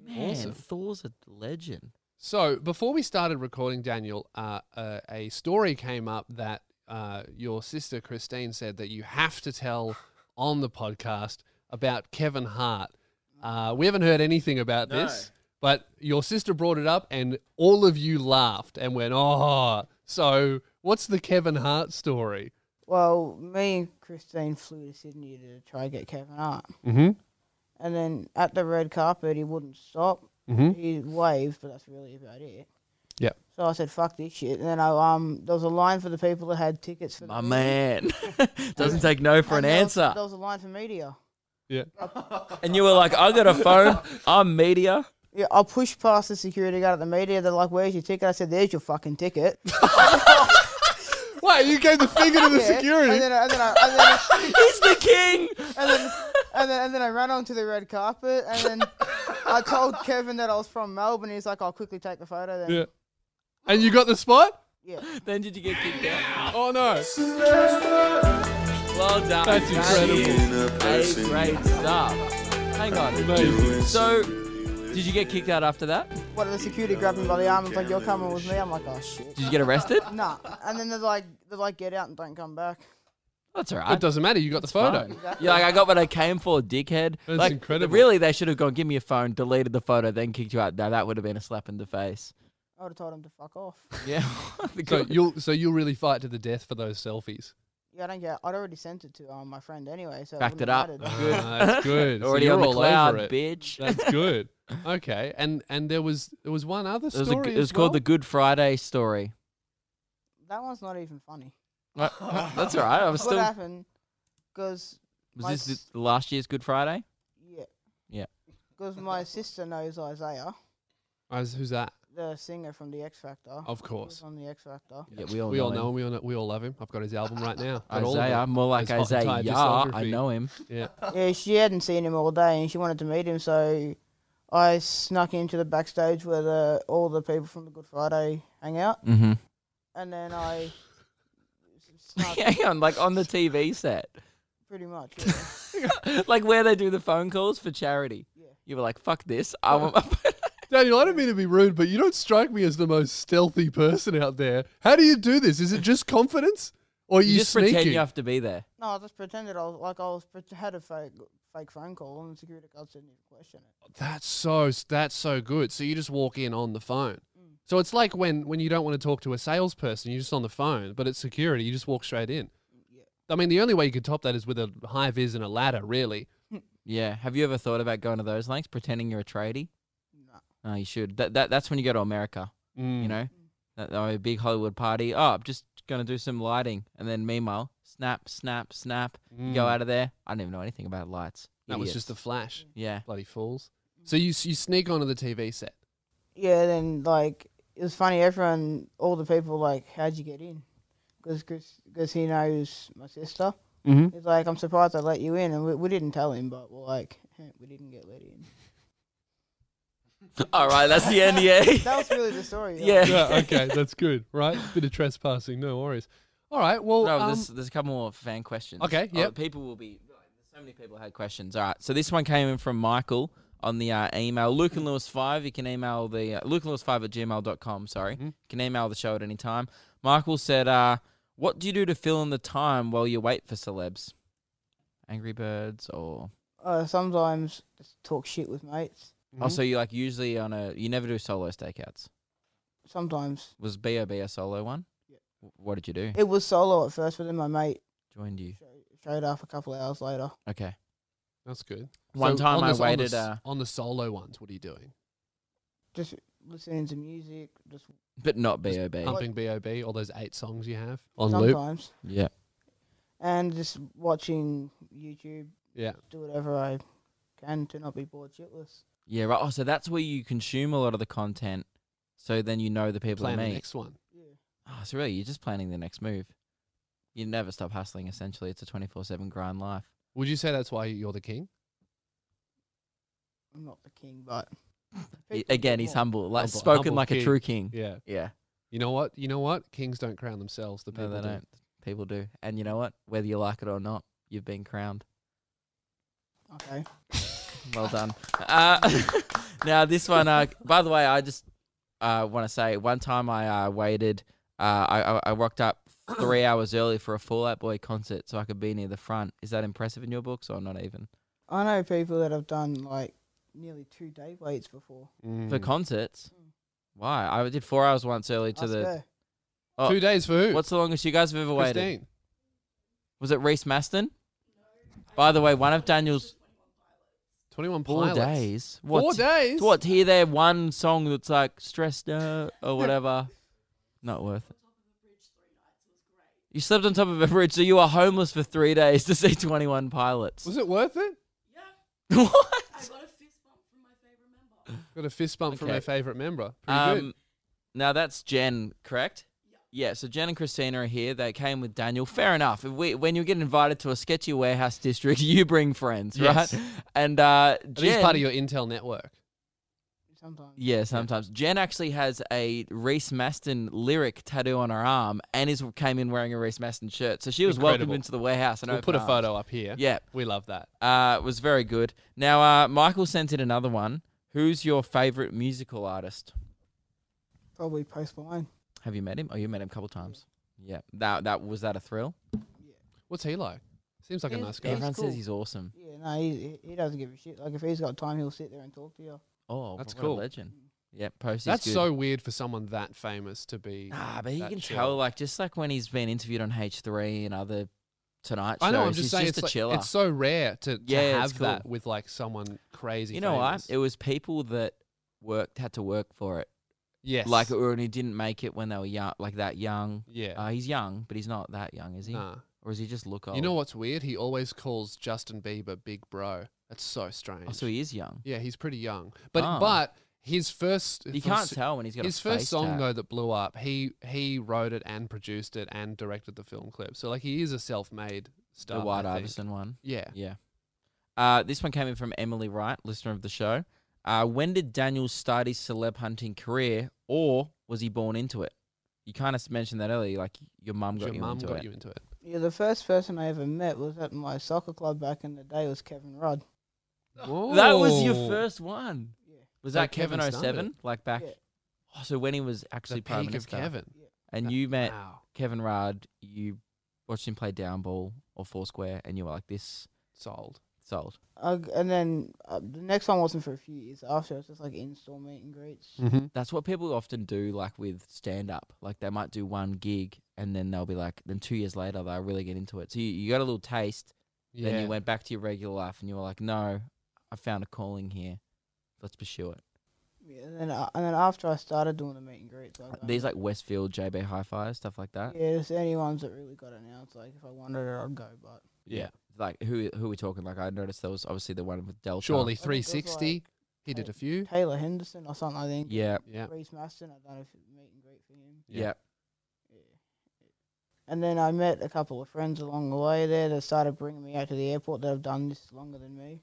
Speaker 2: Man,
Speaker 1: Awesome.
Speaker 2: Thor's a legend.
Speaker 1: So before we started recording, Daniel, uh, uh, a story came up that uh, your sister Christine said that you have to tell on the podcast about Kevin Hart. Uh, we haven't heard anything about this, but your sister brought it up, and all of you laughed and went, "Oh!" So what's the Kevin Hart story?
Speaker 4: Well, me and Christine flew to Sydney to try and get Kevin Hart,
Speaker 1: Mm-hmm.
Speaker 4: and then at the red carpet, he wouldn't stop.
Speaker 1: Mm-hmm.
Speaker 4: He waved, but that's really about it.
Speaker 1: Yep.
Speaker 4: So I said, "Fuck this shit." And then I um, there was a line for the people that had tickets for the
Speaker 2: My
Speaker 4: movie,
Speaker 2: man. Doesn't take no for an
Speaker 4: and there was-
Speaker 2: answer.
Speaker 4: There was a line for media.
Speaker 1: Yeah.
Speaker 2: And you were like, I got a phone. I'm media.
Speaker 4: Yeah, I pushed past the security guard at the media. They're like, "Where's your ticket?" I said, "There's your fucking ticket."
Speaker 1: Wait, you gave the finger to the
Speaker 4: Yeah,
Speaker 1: security.
Speaker 4: And then, I- and then, I, and then I-
Speaker 2: He's the king.
Speaker 4: and then, and then, and then I ran onto the red carpet, and then I told Kevin that I was from Melbourne. He's like, "I'll quickly take the photo." Then,
Speaker 1: Yeah. And you got the spot?
Speaker 4: yeah.
Speaker 2: Then did you get kicked out?
Speaker 1: Oh no!
Speaker 2: Well done.
Speaker 1: That's incredible.
Speaker 3: Seeing a
Speaker 2: Hey,
Speaker 3: person
Speaker 2: great stuff. Hang on.
Speaker 1: Amazing.
Speaker 2: So, did you get kicked out after that?
Speaker 4: What? The security grabbed me by the arm. and was like, "You're coming with me." I'm like, "Oh shit."
Speaker 2: Did you get arrested?
Speaker 4: Nah. And then they're like, "They're like, get out and don't come back."
Speaker 2: That's all
Speaker 1: It
Speaker 2: right.
Speaker 1: doesn't matter. You got the photo.
Speaker 2: Fine. You're like, I got what I came for, dickhead.
Speaker 1: That's
Speaker 2: like,
Speaker 1: incredible.
Speaker 2: Really, they should have gone, give me a phone, deleted the photo, then kicked you out. Now, that would have been a slap in the face.
Speaker 4: I would have told him to fuck off.
Speaker 2: Yeah. The
Speaker 1: So
Speaker 2: good-
Speaker 1: you'll so you'll really fight to the death for those selfies.
Speaker 4: Yeah, I don't care. I'd already sent it to um, my friend anyway, so
Speaker 2: Backed it
Speaker 4: wouldn't
Speaker 2: up.
Speaker 4: mattered.
Speaker 2: Good.
Speaker 1: Ah, that's good. So
Speaker 2: Already
Speaker 1: you're
Speaker 2: on the
Speaker 1: all over
Speaker 2: cloud,
Speaker 1: it.
Speaker 2: bitch.
Speaker 1: That's good. Okay, and and there was there was one other
Speaker 2: It was, a
Speaker 1: story.
Speaker 2: g- it
Speaker 1: as
Speaker 2: was called the
Speaker 1: well?
Speaker 2: Good Friday story.
Speaker 4: That one's not even funny.
Speaker 2: Right, right, That's all right. I was
Speaker 4: What
Speaker 2: still.
Speaker 4: happened? Because my
Speaker 2: Was this
Speaker 4: s-
Speaker 2: the last year's Good Friday?
Speaker 4: yeah,
Speaker 2: Yeah.
Speaker 4: Because my sister knows Isaiah,
Speaker 1: I was- Uh, who's that?
Speaker 4: the singer from the X Factor.
Speaker 1: Of
Speaker 4: He was
Speaker 1: course,
Speaker 4: on the X Factor.
Speaker 2: Yeah, we all
Speaker 1: we
Speaker 2: know
Speaker 1: all
Speaker 2: him.
Speaker 1: know him. We all know, we all love him. I've got his album right now. Got all of
Speaker 2: Isaiah,
Speaker 1: it.
Speaker 2: more like
Speaker 1: His whole
Speaker 2: Isaiah.
Speaker 1: entire
Speaker 2: I
Speaker 1: discography.
Speaker 2: know him.
Speaker 1: Yeah.
Speaker 4: Yeah, she hadn't seen him all day and she wanted to meet him, so I snuck into the backstage where the, all the people from the Good Friday hang out,
Speaker 2: Mm-hmm.
Speaker 4: and then I snuck
Speaker 2: Hang on, like on the TV set,
Speaker 4: pretty much. yeah.
Speaker 2: like where they do the phone calls for charity.
Speaker 4: Yeah.
Speaker 2: You were like, "Fuck this!" I want my
Speaker 1: Daniel, I don't mean to be rude, but you don't strike me as the most stealthy person out there. How do you do this? Is it just confidence, or are you,
Speaker 2: you just pretend
Speaker 1: sneaking?
Speaker 2: you have to be there.
Speaker 4: No, I just pretended I was like I was pret- had a fake fake phone call, and the security guards didn't even question it.
Speaker 1: That's so that's so good. So you just walk in on the phone.
Speaker 2: Mm.
Speaker 1: So it's like when when you don't want to talk to a salesperson, you're just on the phone, but it's security, you just walk straight in. I mean, the only way you could top that is with a high vis and a ladder, really.
Speaker 2: Yeah. Have you ever thought about going to those lengths, pretending you're a tradie?
Speaker 4: No.
Speaker 2: No, you should. That, that that's when you go to America.
Speaker 1: Mm,
Speaker 2: You know, that, that a big Hollywood party. Oh, I'm just gonna do some lighting, and then meanwhile, snap, snap, snap. You go
Speaker 1: Mm.
Speaker 2: out of there. I don't even know anything about lights.
Speaker 1: that was just a
Speaker 2: Idiots. Mm.
Speaker 1: flash.
Speaker 2: yeah.
Speaker 1: Bloody fools. So you s- you sneak onto the TV set.
Speaker 4: Yeah, then like it was funny. Everyone, all the people, like, how'd you get in? Because he knows my sister.
Speaker 1: Mhm.
Speaker 4: He's like, I'm surprised I let you in, and we, we didn't tell him, but we're like, we didn't get let in.
Speaker 2: All right, that's the NDA.
Speaker 4: That was really the story. like,
Speaker 2: yeah.
Speaker 1: yeah, okay, that's good, right? Bit of trespassing, no worries. All right. Well,
Speaker 2: No,
Speaker 1: um,
Speaker 2: there's, there's a couple more fan questions.
Speaker 1: Okay,
Speaker 2: Oh,
Speaker 1: yep.
Speaker 2: people will be. There's so many people had questions. All right. So this one came in from Michael on the uh, email Luke and Lewis five. You can email the uh, Luke and Lewis five at gmail.com. Sorry, you can email the show at any time. Michael said, uh, "What do you do to fill in the time while you wait for celebs? Angry Birds or
Speaker 4: Uh, sometimes just talk shit with mates.
Speaker 1: Mm-hmm. mhm,
Speaker 2: oh, so you like usually on a you never do solo stakeouts.
Speaker 4: Sometimes
Speaker 2: Was Bob a solo one? Yeah. What did you do?
Speaker 4: it was solo at first, but then my mate
Speaker 2: Joined you.
Speaker 4: showed up a couple of hours later.
Speaker 2: Okay.
Speaker 1: that's good.
Speaker 2: One time
Speaker 1: on
Speaker 2: I
Speaker 1: the- on the
Speaker 2: waited.
Speaker 1: s-
Speaker 2: uh,
Speaker 1: on the solo ones. What are you doing?
Speaker 4: Just listening to music. Just
Speaker 2: but not Bob.
Speaker 1: Pumping B.O.B. All those eight songs you have on loop.
Speaker 4: sometimes.
Speaker 2: Yeah.
Speaker 4: And just watching YouTube.
Speaker 1: Yeah.
Speaker 4: Do whatever I can to not be bored shitless.
Speaker 2: Yeah, right. Oh, so that's where you consume a lot of the content. So then you know the people
Speaker 1: Plan
Speaker 2: you
Speaker 1: the
Speaker 2: meet.
Speaker 1: next one.
Speaker 2: Oh, so really, you're just planning the next move. You never stop hustling. Essentially, it's a twenty four seven grind life.
Speaker 1: Would you say that's why you're the king?
Speaker 4: I'm not the king, but
Speaker 2: He- again, he's
Speaker 4: humble.
Speaker 2: humble, like
Speaker 1: Humble-
Speaker 2: spoken
Speaker 1: humble
Speaker 2: like a
Speaker 1: king.
Speaker 2: true king.
Speaker 1: Yeah.
Speaker 2: Yeah,
Speaker 1: You know what? You know what? Kings don't crown themselves. The people
Speaker 2: no, they
Speaker 1: do.
Speaker 2: don't. People do, and you know what? Whether you like it or not, you've been crowned.
Speaker 4: Okay.
Speaker 2: Well done. Uh, now this one. Uh, by the way, I just uh, want to say one time I uh, waited. Uh, I, I I rocked up three hours early for a Fallout Boy concert so I could be near the front. Is that impressive in your books or not even
Speaker 4: I know people that have done like nearly two day waits before.
Speaker 1: Mm.
Speaker 2: for concerts? Why? I did four hours once early to
Speaker 4: Ask
Speaker 2: the.
Speaker 4: her.
Speaker 2: Oh,
Speaker 1: Two days for who?
Speaker 2: What's the longest you guys have ever waited?
Speaker 1: Christine?
Speaker 2: Was it Reese Maston? By the way, one of Daniel's
Speaker 1: Twenty-one
Speaker 2: four
Speaker 1: pilots.
Speaker 2: days. What?
Speaker 1: Four days.
Speaker 2: What? Hear their one song that's like stressed out or whatever. Not worth it. You slept on top of a bridge, so you were homeless for three days to see Twenty One Pilots.
Speaker 1: Was it worth it?
Speaker 2: what?
Speaker 1: Got a fist bump from
Speaker 2: Okay.
Speaker 1: our favorite member. Pretty
Speaker 2: Um, now that's Jen, correct? Yeah, so Jen and Christina are here. They came with Daniel. Fair enough. If we, when you get invited to a sketchy warehouse district, you bring friends,
Speaker 1: Yes.
Speaker 2: right? And uh,
Speaker 1: good. It is
Speaker 2: Jen,
Speaker 1: part of your intel network.
Speaker 4: Sometimes.
Speaker 2: Yeah, sometimes. Jen actually has a Reese Maston lyric tattoo on her arm and is came in wearing a Reese Maston shirt. So she was welcomed
Speaker 1: Incredible.
Speaker 2: into the warehouse and
Speaker 1: We'll
Speaker 2: open
Speaker 1: put a
Speaker 2: arms.
Speaker 1: photo up here.
Speaker 2: Yeah.
Speaker 1: We love that.
Speaker 2: Uh, it was very good. Now, uh, Michael sent in another one. Who's your favorite musical artist?
Speaker 4: Probably post mine.
Speaker 2: Have you met him? Oh, you met him a couple times. Yeah. That that was that a thrill?
Speaker 1: What's he like? Seems like a
Speaker 4: He's-
Speaker 1: nice guy.
Speaker 4: he's-
Speaker 2: Everyone
Speaker 4: cool.
Speaker 2: says he's awesome.
Speaker 4: Yeah, no, he, he he doesn't give a shit. Like if he's got time, he'll sit there and talk to you.
Speaker 2: Oh,
Speaker 1: That's
Speaker 2: what
Speaker 1: cool.
Speaker 2: A legend. Yeah, post.
Speaker 1: That's so weird for someone that famous to be.
Speaker 2: Ah, but you
Speaker 1: that
Speaker 2: can
Speaker 1: chill.
Speaker 2: tell, like, just like when he's been interviewed on H3 and other Tonight shows,
Speaker 1: I know. I'm just
Speaker 2: he's
Speaker 1: saying, it's,
Speaker 2: just a
Speaker 1: like-
Speaker 2: chiller.
Speaker 1: it's so rare to, to
Speaker 2: Yeah, it's
Speaker 1: have that
Speaker 2: cool.
Speaker 1: with like someone crazy.
Speaker 2: You know
Speaker 1: famous.
Speaker 2: what? It was people that worked had to work for it,
Speaker 1: yes.
Speaker 2: like or who didn't make it when they were young, like that young.
Speaker 1: yeah.
Speaker 2: Uh, he's young, but he's not that young, is he?
Speaker 1: nah.
Speaker 2: Or is he just look old?
Speaker 1: You know what's weird? He always calls Justin Bieber Big Bro. That's so strange.
Speaker 2: Oh, so he is young.
Speaker 1: yeah, he's pretty young, but
Speaker 2: Ah.
Speaker 1: but his first
Speaker 2: You
Speaker 1: his
Speaker 2: can't
Speaker 1: first-
Speaker 2: tell when he's got
Speaker 1: his
Speaker 2: a
Speaker 1: first
Speaker 2: face
Speaker 1: song
Speaker 2: tat.
Speaker 1: though that blew up. He he wrote it and produced it and directed the film clip. So like he is a self-made star.
Speaker 2: the White
Speaker 1: I think.
Speaker 2: Iverson one.
Speaker 1: Yeah.
Speaker 2: Yeah. Uh, this one came in from Emily Wright, listener of the show. Uh, when did Daniel start his celeb hunting career, or was he born into it? You kind of mentioned that earlier, like your mum got
Speaker 1: Your
Speaker 2: you
Speaker 1: mum
Speaker 2: into
Speaker 1: got
Speaker 2: it.
Speaker 1: you into it.
Speaker 4: Yeah, the first person I ever met was at my soccer club back in the day was Kevin Rudd.
Speaker 2: That was your
Speaker 1: Whoa.
Speaker 2: first one.
Speaker 4: Yeah.
Speaker 2: Was
Speaker 1: So
Speaker 2: that Kevin
Speaker 1: Kevin
Speaker 2: 07?
Speaker 1: started.
Speaker 2: Like back.
Speaker 4: Yeah.
Speaker 2: Oh, so when he was
Speaker 1: The
Speaker 2: actually
Speaker 1: peak
Speaker 2: prime
Speaker 1: of
Speaker 2: minister,
Speaker 1: Kevin.
Speaker 2: and you met
Speaker 1: Wow.
Speaker 2: Kevin Rudd, you watched him play down ball or foursquare, and you were like, "This
Speaker 1: Sold.
Speaker 2: sold."
Speaker 4: Uh, and then uh, the next one wasn't for a few years after. It was just like in-store meet and greets.
Speaker 2: Mm. That's what people often do, like with stand up. Like they might do one gig, and then they'll be like, then two years later they'll really get into it. So you, you got a little taste,
Speaker 1: Yeah.
Speaker 2: then you went back to your regular life, and you were like, "No, I found a calling here. Let's pursue it."
Speaker 4: Yeah, and then uh, and then after I started doing the meet and greets, I got
Speaker 2: Uh, These like Westfield, JB Hi-Fi stuff like that.
Speaker 4: yeah, it's the only ones that really got announced. Like if I wanted it, I'd go. But
Speaker 1: Yeah.
Speaker 2: Like who who are we talking? Like I noticed there was obviously the one with Delta.
Speaker 1: Surely
Speaker 4: it was
Speaker 1: 360.
Speaker 4: like-
Speaker 1: he did a few.
Speaker 4: Taylor Henderson or something, I think.
Speaker 2: Yeah.
Speaker 1: Yeah.
Speaker 4: Reese Maston, I done a f- meet and greet for him.
Speaker 2: Yeah.
Speaker 1: Yeah.
Speaker 4: And then I met a couple of friends along the way there that started bringing me out to the airport that have done this longer than me.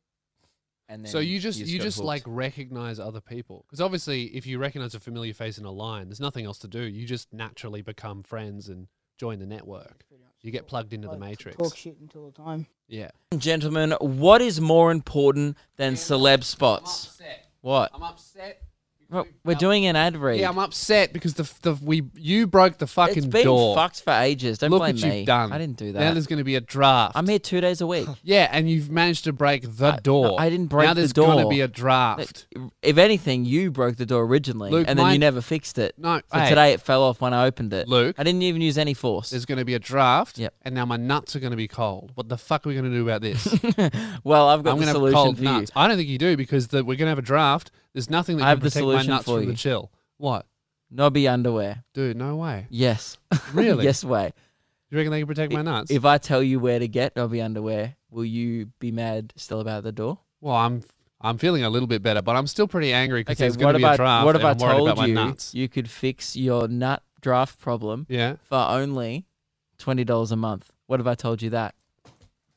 Speaker 2: And then
Speaker 1: So you just you
Speaker 2: got
Speaker 1: just
Speaker 2: hooked.
Speaker 1: like recognize other people because obviously if you recognize a familiar face in a line, there's nothing else to do. You just naturally become friends and join the network. You get plugged into the matrix.
Speaker 4: Talk shit until the time.
Speaker 1: Yeah.
Speaker 2: Gentlemen, what is more important than celeb spots?
Speaker 1: upset.
Speaker 2: What?
Speaker 1: I'm upset.
Speaker 2: We're- We're doing an ad read.
Speaker 1: Yeah, I'm upset because the the we you broke the fucking
Speaker 2: it's been
Speaker 1: door.
Speaker 2: fucked for ages. Don't
Speaker 1: Look
Speaker 2: blame
Speaker 1: what
Speaker 2: me.
Speaker 1: you've done.
Speaker 2: I didn't do
Speaker 1: Now
Speaker 2: that.
Speaker 1: there's going to be a draft.
Speaker 2: I'm here two days a week.
Speaker 1: yeah, and you've managed to break the door.
Speaker 2: I didn't break
Speaker 1: now
Speaker 2: the
Speaker 1: there's going to
Speaker 2: door.
Speaker 1: be a draft.
Speaker 2: if anything, you broke the door originally,
Speaker 1: Luke,
Speaker 2: and then you
Speaker 1: mine-
Speaker 2: never fixed it.
Speaker 1: No,
Speaker 2: So
Speaker 1: hey.
Speaker 2: today it fell off when I opened it.
Speaker 1: Luke.
Speaker 2: I didn't even use any force.
Speaker 1: There's going to be a draft.
Speaker 2: Yep.
Speaker 1: And now my nuts are going to be cold. What the fuck are we going to do about this?
Speaker 2: well, I've got
Speaker 1: I'm
Speaker 2: the
Speaker 1: going to have
Speaker 2: solution
Speaker 1: cold
Speaker 2: for
Speaker 1: nuts. I don't think you do because the, we're going to have a draft. There's nothing that
Speaker 2: I
Speaker 1: can
Speaker 2: have the
Speaker 1: protect my
Speaker 2: solution
Speaker 1: nuts
Speaker 2: for
Speaker 1: from the
Speaker 2: you.
Speaker 1: chill. What,
Speaker 2: you. Nobby underwear.
Speaker 1: dude? No way.
Speaker 2: Yes.
Speaker 1: Really?
Speaker 2: yes way.
Speaker 1: You reckon they can protect my nuts?
Speaker 2: If I tell you where to get Nobby underwear, will you be mad still about the door?
Speaker 1: well, I'm I'm feeling a little bit better, but I'm still pretty angry because
Speaker 2: Okay.
Speaker 1: there's going
Speaker 2: What
Speaker 1: to be a
Speaker 2: about
Speaker 1: draft.
Speaker 2: what
Speaker 1: and
Speaker 2: if I
Speaker 1: I'm worried
Speaker 2: told
Speaker 1: about my
Speaker 2: you
Speaker 1: nuts?
Speaker 2: you could fix your nut draft problem
Speaker 1: Yeah,
Speaker 2: for only twenty dollars a month? What if I told you that?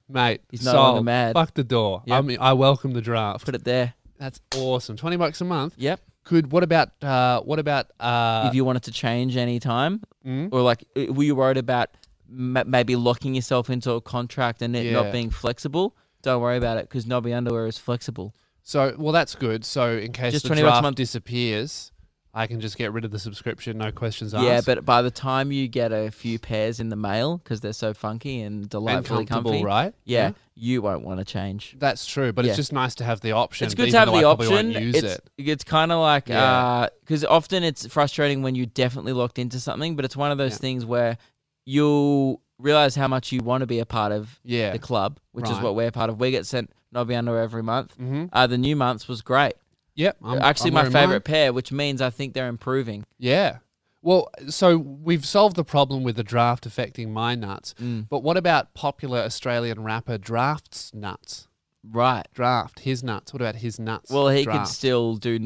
Speaker 1: mate.
Speaker 2: He's no longer
Speaker 1: sold.
Speaker 2: mad.
Speaker 1: Fuck the door.
Speaker 2: Yep.
Speaker 1: I mean, I welcome the draft.
Speaker 2: Put it there.
Speaker 1: That's awesome. Twenty bucks a month.
Speaker 2: Yep.
Speaker 1: Could what about uh what about uh
Speaker 2: if you wanted to change any time,
Speaker 1: mm?
Speaker 2: or like uh, were you worried about ma maybe locking yourself into a contract and it
Speaker 1: Yeah.
Speaker 2: not being flexible? Don't worry about it because Nobby Underwear is flexible.
Speaker 1: so well that's good. So in case
Speaker 2: Just
Speaker 1: the
Speaker 2: 20 bucks a
Speaker 1: draft
Speaker 2: month.
Speaker 1: disappears, I can just get rid of the subscription, no questions
Speaker 2: Yeah,
Speaker 1: asked.
Speaker 2: but by the time you get a few pairs in the mail because they're so funky and
Speaker 1: and
Speaker 2: delightfully
Speaker 1: comfortable,
Speaker 2: comfy,
Speaker 1: right?
Speaker 2: Yeah, you won't want to change.
Speaker 1: That's true, but
Speaker 2: Yeah.
Speaker 1: it's just nice to have the option.
Speaker 2: It's good
Speaker 1: even
Speaker 2: to have
Speaker 1: though
Speaker 2: the
Speaker 1: I probably
Speaker 2: option.
Speaker 1: Won't use
Speaker 2: it's
Speaker 1: it.
Speaker 2: it's kind of like
Speaker 1: Yeah.
Speaker 2: because often it's frustrating when you're definitely locked into something, but it's one of those
Speaker 1: Yeah.
Speaker 2: things where you'll realize how much you want to be a part of
Speaker 1: Yeah.
Speaker 2: the club, which is
Speaker 1: Right.
Speaker 2: what we're part of. We get sent Nobby Under every month.
Speaker 1: Mm-hmm.
Speaker 2: Uh, the new months was great.
Speaker 1: Yep. I'm,
Speaker 2: Actually,
Speaker 1: I'm
Speaker 2: my
Speaker 1: wearing mine.
Speaker 2: favorite pair, which means I think they're improving.
Speaker 1: Yeah. Well, so we've solved the problem with the draft affecting my nuts,
Speaker 2: Mm.
Speaker 1: but what about popular Australian rapper Draft's nuts?
Speaker 2: Right.
Speaker 1: Draft his nuts. What about his nuts?
Speaker 2: Well, he
Speaker 1: Draft.
Speaker 2: could still do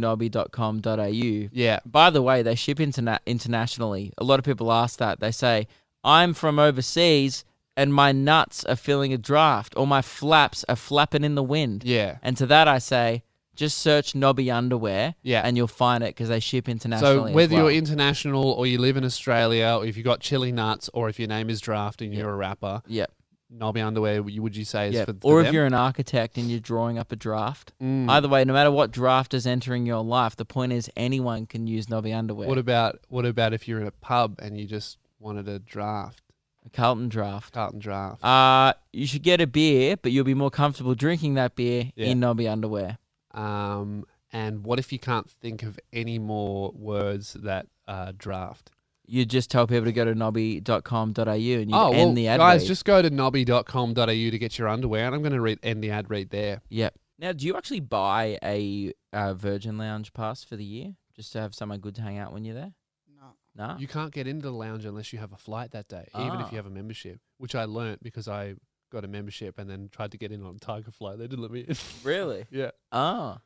Speaker 2: nobby.com.au.
Speaker 1: Yeah.
Speaker 2: By the way, they ship interna- internationally. A lot of people ask that. They say, I'm from overseas and my nuts are feeling a draft or my flaps are flapping in the wind.
Speaker 1: Yeah.
Speaker 2: And to that I say, just search Nobby Underwear
Speaker 1: Yeah.
Speaker 2: and you'll find it because they ship
Speaker 1: So
Speaker 2: internationally. as
Speaker 1: whether
Speaker 2: well.
Speaker 1: you're international or you live in Australia or if you've got chili nuts or if your name is Draft and you're a rapper,
Speaker 2: Yeah.
Speaker 1: Nobby Underwear, you- would you say is
Speaker 2: Yeah.
Speaker 1: for, for
Speaker 2: or if
Speaker 1: them? Mm.
Speaker 2: you're an architect and you're drawing up a draft. Either way, no matter what draft is entering your life, the point is anyone can use Nobby Underwear.
Speaker 1: What about what about if you're in a pub and you just wanted a draft,
Speaker 2: a Carlton draft.
Speaker 1: Carlton Draft?
Speaker 2: Uh, you should get a beer, but you'll be more comfortable drinking that beer
Speaker 1: Yeah.
Speaker 2: in Nobby Underwear.
Speaker 1: Um, and what if you can't think of any more words that uh, draft?
Speaker 2: You just tell people to go to nobby.com.au and you end the ad
Speaker 1: Oh, guys,
Speaker 2: read.
Speaker 1: just go to nobby.com.au to get your underwear, and I'm going to read end the ad read there.
Speaker 2: Yep. Now, do you actually buy a uh, Virgin Lounge pass for the year just to have someone good to hang out when you're there?
Speaker 4: No.
Speaker 2: No.
Speaker 1: You can't get into the lounge unless you have a flight that day, even if
Speaker 2: Ah.
Speaker 1: you have a membership, which I learnt because I got a membership and then tried to get in on Tiger Flight. They didn't let me in.
Speaker 2: really?
Speaker 1: yeah.
Speaker 2: Ah,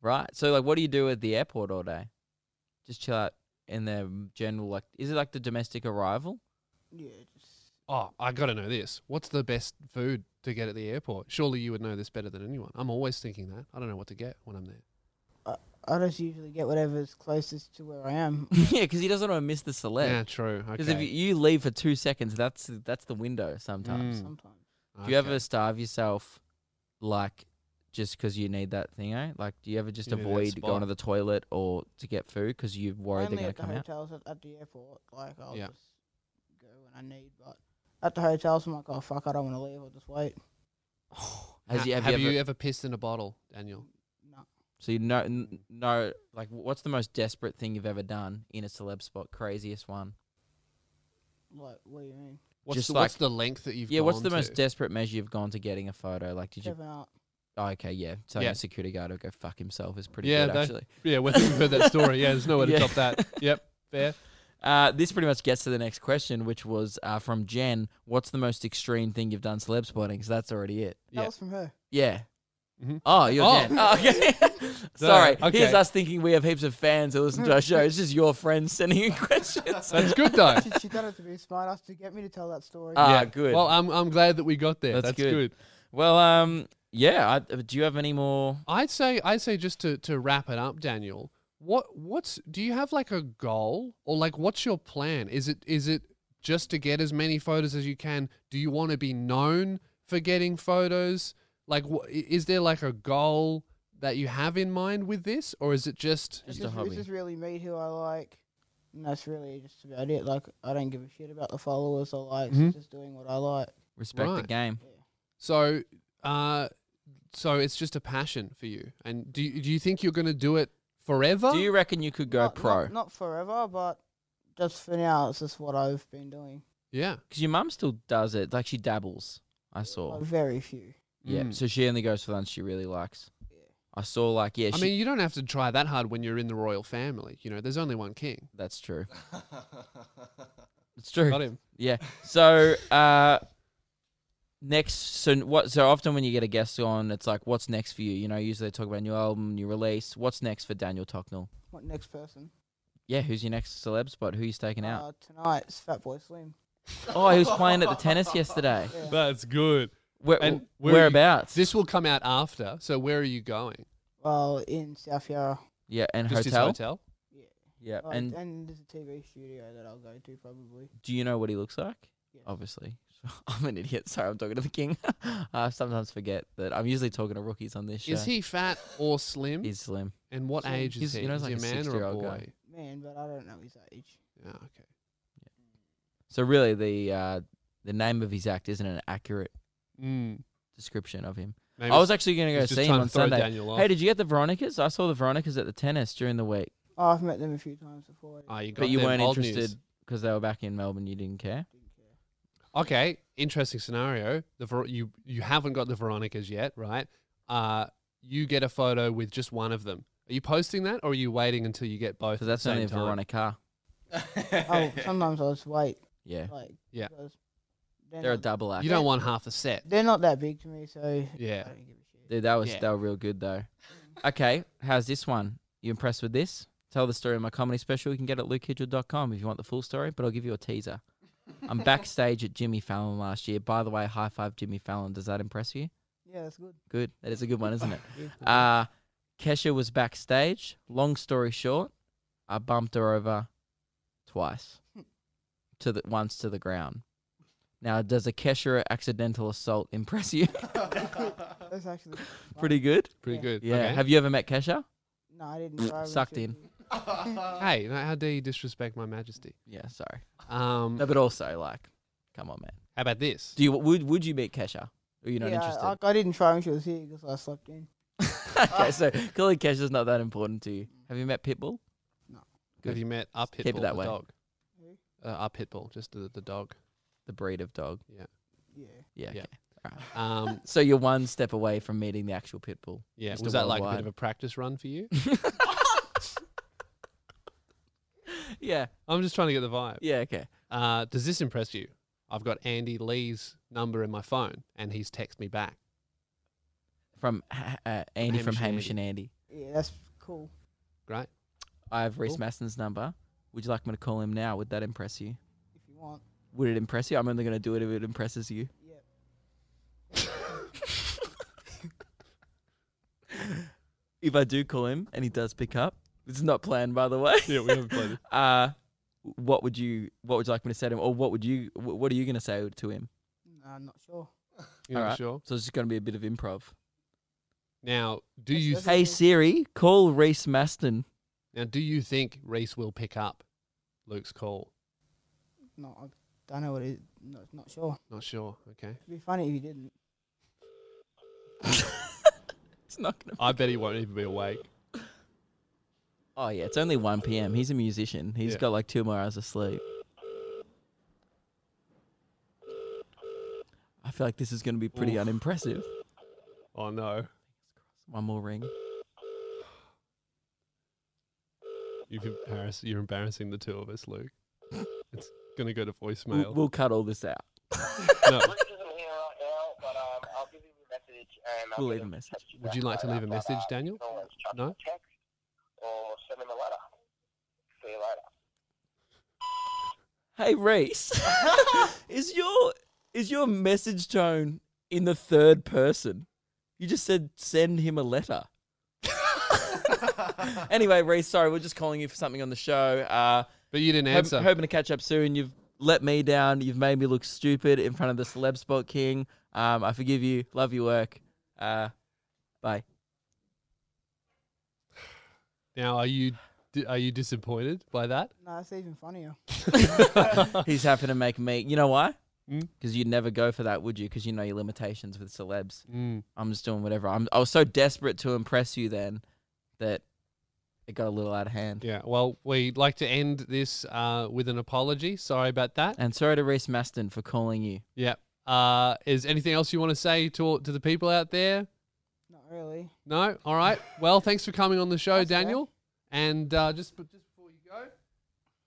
Speaker 2: right. So, like, what do you do at the airport all day? Just chill out in the general, like, is it like the domestic arrival?
Speaker 4: Yeah. Just,
Speaker 1: Oh, I got to know this. What's the best food to get at the airport? Surely you would know this better than anyone. I'm always thinking that. I don't know what to get when I'm there.
Speaker 4: I just usually get whatever's closest to where I am.
Speaker 2: yeah, because he doesn't want to miss the select.
Speaker 1: Yeah, true.
Speaker 2: Because
Speaker 1: okay.
Speaker 2: if you, you leave for two seconds, that's that's the window sometimes.
Speaker 1: Mm.
Speaker 4: Sometimes.
Speaker 2: Do you ever
Speaker 1: Okay.
Speaker 2: starve yourself, like, just 'cause you need that thing? Eh? Like, do you ever just
Speaker 1: You need that
Speaker 2: avoid
Speaker 1: spot.
Speaker 2: going to the toilet or to get food 'cause you're worried
Speaker 4: Only
Speaker 2: they're going to
Speaker 4: at the
Speaker 2: come out?
Speaker 4: hotels at, at the airport. Like I'll
Speaker 1: Yeah.
Speaker 4: just go when I need, but at the hotels I'm like, oh fuck, I don't want to leave. I'll just wait.
Speaker 2: Has
Speaker 1: Ha-
Speaker 2: you, have, you, ever,
Speaker 1: pissed in a bottle, Daniel?
Speaker 4: No.
Speaker 2: So you know, n- no, like, wh- what's the most desperate thing you've ever done in a celeb spot? Craziest one?
Speaker 4: Like, what do you mean?
Speaker 1: What's,
Speaker 2: Just
Speaker 1: the, what's
Speaker 2: like-
Speaker 1: the length that you've?
Speaker 2: yeah. What's the
Speaker 1: gone
Speaker 2: most
Speaker 1: to?
Speaker 2: desperate measure you've gone to getting a photo? Like, did you?
Speaker 4: Seven up.
Speaker 2: Oh, okay, yeah. Telling
Speaker 1: Yeah.
Speaker 2: a security guard to go fuck himself is pretty
Speaker 1: Yeah,
Speaker 2: good,
Speaker 1: that-
Speaker 2: actually.
Speaker 1: yeah, well, you've heard that story. Yeah, there's nowhere to
Speaker 2: Yeah.
Speaker 1: top that. Yep, fair.
Speaker 2: Uh, this pretty much gets to the next question, which was uh, from Jen. What's the most extreme thing you've done celeb spotting? So that's already it.
Speaker 4: That
Speaker 1: Yeah.
Speaker 4: was from her.
Speaker 2: Yeah.
Speaker 1: Mhm.
Speaker 2: Oh, you're
Speaker 1: Oh.
Speaker 2: Jen. Oh, okay. Sorry.
Speaker 1: okay.
Speaker 2: Here's us thinking we have heaps of fans that listen to our show. It's just your friends sending in questions.
Speaker 1: That's good though.
Speaker 4: she, she done it to be smart ass to get me to tell that story.
Speaker 2: Ah,
Speaker 1: yeah,
Speaker 2: good.
Speaker 1: Well, I'm I'm glad that we got there.
Speaker 2: That's
Speaker 1: That's,
Speaker 2: good.
Speaker 1: good.
Speaker 2: well, um, yeah. I, uh, do you have any more?
Speaker 1: I'd say I'd say just to to wrap it up, Daniel. What what's do you have like a goal or like what's your plan? Is it is it just to get as many photos as you can? Do you want to be known for getting photos? Like, wh- i- is there like a goal that you have in mind with this, or is it just
Speaker 2: Just
Speaker 4: It's
Speaker 2: a hobby.
Speaker 4: It's just really me who I like. And that's really just about it. Like, I don't give a shit about the followers or likes.
Speaker 2: Mm-hmm.
Speaker 1: Mhm.
Speaker 4: It's Just doing what I like.
Speaker 2: Respect the
Speaker 1: Right.
Speaker 2: game.
Speaker 1: so? Uh, so it's just a passion for you. And do you, do you think you're going to do it forever?
Speaker 2: Do you reckon you could go
Speaker 4: not,
Speaker 2: pro?
Speaker 4: Not, not forever, but just for now, it's just what I've been doing.
Speaker 1: yeah.
Speaker 2: Because your mum still does it. Like she dabbles. I saw.
Speaker 4: Like, very few.
Speaker 2: Yeah.
Speaker 1: Mm.
Speaker 2: So she only goes for the ones she really likes. I saw like yeah.
Speaker 1: I
Speaker 2: she,
Speaker 1: mean, you don't have to try that hard when you're in the royal family. You know, there's only one king.
Speaker 2: that's true. It's true.
Speaker 1: Got him.
Speaker 2: Yeah. So uh next so what so often when you get a guest on it's like what's next for you? You know, usually they talk about new album, new release. What's next for Daniel Tocknell?
Speaker 4: What next person?
Speaker 2: Yeah, who's your next celeb spot? Who you taking out?
Speaker 4: Uh, tonight's Fat Boy Slim.
Speaker 2: oh, he was playing at the tennis yesterday.
Speaker 4: Yeah.
Speaker 1: That's good.
Speaker 2: Where,
Speaker 1: And
Speaker 2: wh-
Speaker 1: where are you-
Speaker 2: whereabouts?
Speaker 1: This will come out after. So where are you going?
Speaker 4: Well, in South Yarra.
Speaker 2: yeah, and
Speaker 1: Just his
Speaker 2: hotel.
Speaker 1: hotel.
Speaker 2: Yeah.
Speaker 4: Like,
Speaker 2: and
Speaker 4: and, there's a TV studio that I'll go to probably.
Speaker 2: do you know what he looks like?
Speaker 4: Yes.
Speaker 2: Obviously. I'm an idiot. Sorry, I'm talking to the king. I sometimes forget that I'm usually talking to rookies on this show.
Speaker 1: Is he fat or slim?
Speaker 2: He's slim.
Speaker 1: and what
Speaker 4: slim.
Speaker 1: age is
Speaker 2: He's-
Speaker 1: he?
Speaker 2: you know,
Speaker 1: is he
Speaker 2: he's
Speaker 1: a
Speaker 2: like
Speaker 1: man
Speaker 2: a
Speaker 1: or a
Speaker 2: 60-year-old guy.
Speaker 1: boy?
Speaker 4: Man, but I don't know his age.
Speaker 1: Yeah, okay.
Speaker 2: So really the uh the name of his act isn't an accurate
Speaker 1: Mm.
Speaker 2: description of him.
Speaker 1: Maybe
Speaker 2: I
Speaker 1: it's-
Speaker 2: was actually going to go
Speaker 1: it's just
Speaker 2: see him
Speaker 1: trying
Speaker 2: on
Speaker 1: to throw
Speaker 2: Sunday.
Speaker 1: Daniel off.
Speaker 2: Hey, did you get the Veronicas? I saw the Veronicas at the tennis during the week,
Speaker 4: Oh, I've met them a few times before.
Speaker 1: Ah, you got
Speaker 2: but you
Speaker 1: them
Speaker 2: weren't
Speaker 1: old news.
Speaker 2: interested because they were back in Melbourne. You didn't care.
Speaker 1: Okay, interesting scenario. The Ver- you you haven't got the Veronicas yet, right? Uh, you get a photo with just one of them. Are you posting that, or are you waiting until you get both?
Speaker 2: Because
Speaker 1: at
Speaker 2: that's
Speaker 1: the same
Speaker 2: only a
Speaker 1: time?
Speaker 2: Veronica.
Speaker 4: oh, sometimes I just wait.
Speaker 2: Yeah,
Speaker 4: Like,
Speaker 1: Yeah.
Speaker 4: because They're,
Speaker 2: they're a
Speaker 4: not,
Speaker 2: double act.
Speaker 1: You don't want half a set.
Speaker 4: they're not that big to me, so I
Speaker 1: Yeah.
Speaker 4: don't give a shit.
Speaker 2: Dude, that was
Speaker 1: Yeah.
Speaker 2: they were real good though. Okay, how's this one? You impressed with this? Tell the story of my comedy special. You can get it at lukehidgel.com if you want the full story, but I'll give you a teaser. I'm backstage at Jimmy Fallon last year. By the way, high five Jimmy Fallon. Does that impress you?
Speaker 4: Yeah, that's good.
Speaker 2: Good. That is a good one, isn't it?
Speaker 4: Yeah.
Speaker 2: Uh, Kesha was backstage. Long story short, I bumped her over twice, to the once to the ground. Now, does a Kesha accidental assault impress you?
Speaker 4: that's actually
Speaker 2: Pretty good.
Speaker 1: Pretty
Speaker 4: Yeah.
Speaker 1: good.
Speaker 2: Yeah.
Speaker 1: Okay.
Speaker 2: Have you ever met Kesha?
Speaker 4: No, I didn't. try, but
Speaker 2: Sucked
Speaker 4: should
Speaker 2: in.
Speaker 4: be.
Speaker 1: hey, no, how dare you disrespect my majesty?
Speaker 2: Yeah. Sorry.
Speaker 1: Um,
Speaker 2: No, but also like, come on, man.
Speaker 1: how about this?
Speaker 2: Do you would would you meet Kesha? Or you're not
Speaker 4: yeah,
Speaker 2: interested?
Speaker 4: I, I didn't try when she was here because I slept in.
Speaker 2: okay, so clearly Kesha's not that important to you. Have you met Pitbull?
Speaker 1: Have
Speaker 2: Good.
Speaker 1: you met up
Speaker 2: Keep it
Speaker 1: Pitbull
Speaker 2: that
Speaker 1: the
Speaker 2: way.
Speaker 1: dog?
Speaker 4: Who?
Speaker 1: Uh, up Pitbull, just the, the dog.
Speaker 2: The breed of dog.
Speaker 4: Yeah.
Speaker 2: Yeah.
Speaker 1: Yeah.
Speaker 2: okay.
Speaker 1: Um,
Speaker 2: So you're one step away from meeting the actual Pitbull.
Speaker 1: yeah,
Speaker 2: Mr.
Speaker 1: was that like a
Speaker 2: Worldwide.
Speaker 1: bit of a practice run for you?
Speaker 2: Yeah.
Speaker 1: I'm just trying to get the vibe.
Speaker 2: Yeah. Okay.
Speaker 1: Uh, does this impress you? I've got Andy Lee's number in my phone, and he's texted me back.
Speaker 2: From Ha- uh, Andy
Speaker 1: Hamish
Speaker 2: from
Speaker 1: and
Speaker 2: Hamish and
Speaker 1: Andy.
Speaker 2: Andy.
Speaker 4: Yeah, that's cool.
Speaker 1: Great.
Speaker 2: I have Reese
Speaker 1: Cool.
Speaker 2: Masson's number. Would you like me to call him now? Would that impress you?
Speaker 4: If you want.
Speaker 2: Would it impress you? I'm only going to do it if it impresses you.
Speaker 4: Yeah.
Speaker 2: If I do call him and he does pick up, this is not planned, by the way.
Speaker 1: Yeah, we haven't played it.
Speaker 2: Uh, what would you What would you like me to say to him, or what would you wh- What are you going to say to him?
Speaker 4: No, I'm not sure.
Speaker 1: You're not
Speaker 2: Alright.
Speaker 1: sure.
Speaker 2: So it's just going to be a bit of improv.
Speaker 1: Now, do
Speaker 4: That's-
Speaker 1: you
Speaker 4: that's
Speaker 1: th-
Speaker 4: a
Speaker 2: Hey
Speaker 4: good-
Speaker 2: Siri, call Reese Maston.
Speaker 1: now do you think Reese will pick up Luke's call?
Speaker 4: No, I don't know what it is. No, not sure.
Speaker 1: Not sure. Okay.
Speaker 4: It'd be funny if you didn't.
Speaker 2: It's not going to.
Speaker 1: I bet he won't even be awake.
Speaker 2: Oh yeah, it's only one p.m. He's a musician. He's
Speaker 1: Yeah.
Speaker 2: got like two more hours of sleep. I feel like this is going to be pretty
Speaker 1: Oof.
Speaker 2: unimpressive.
Speaker 1: Oh no.
Speaker 2: One more ring.
Speaker 1: You've embarrassed, you're embarrassing the two of us, Luke. It's gonna go to
Speaker 2: We'll-
Speaker 1: voicemail.
Speaker 2: We'll cut all this out.
Speaker 1: no.
Speaker 5: Luke isn't here right now, but um, I'll give him a message and I'll
Speaker 2: We'll
Speaker 5: get
Speaker 2: leave a
Speaker 5: him to
Speaker 2: message.
Speaker 5: text you
Speaker 1: Would
Speaker 5: back
Speaker 1: you like to
Speaker 5: later,
Speaker 1: leave a
Speaker 5: but,
Speaker 1: message,
Speaker 5: uh,
Speaker 1: Daniel?
Speaker 5: you can always chuck
Speaker 1: No?
Speaker 5: him a Text or send him a letter. See
Speaker 2: Hey
Speaker 5: you later.
Speaker 2: Reese, is your is your message tone in the third person? You just said send him a letter. anyway, Reese, sorry, we're just calling you for something on the show. Uh,
Speaker 1: But you didn't
Speaker 2: hope,
Speaker 1: answer.
Speaker 2: hoping to catch up soon. You've let me down. You've made me look stupid in front of the celeb spot king. Um, I forgive you. Love your work. Uh, bye.
Speaker 1: Now, are you di- are you disappointed by that?
Speaker 4: No, it's even funnier.
Speaker 2: He's happy to make me. You know why?
Speaker 1: Mm.
Speaker 2: Because you'd never go for that, would you? Because you know your limitations with celebs.
Speaker 1: Mm.
Speaker 2: I'm just doing whatever. I'm. I was so desperate to impress you then that it got a little out of hand.
Speaker 1: Yeah. Well, we'd like to end this uh, with an apology. Sorry about that.
Speaker 2: And sorry to Reese Maston for calling you.
Speaker 1: Yeah. Uh, is anything else you want to say to to the people out there?
Speaker 4: Not really.
Speaker 1: No. All right. Well, thanks for coming on the show,
Speaker 4: That's okay.
Speaker 1: Daniel. And uh, just but just before you go,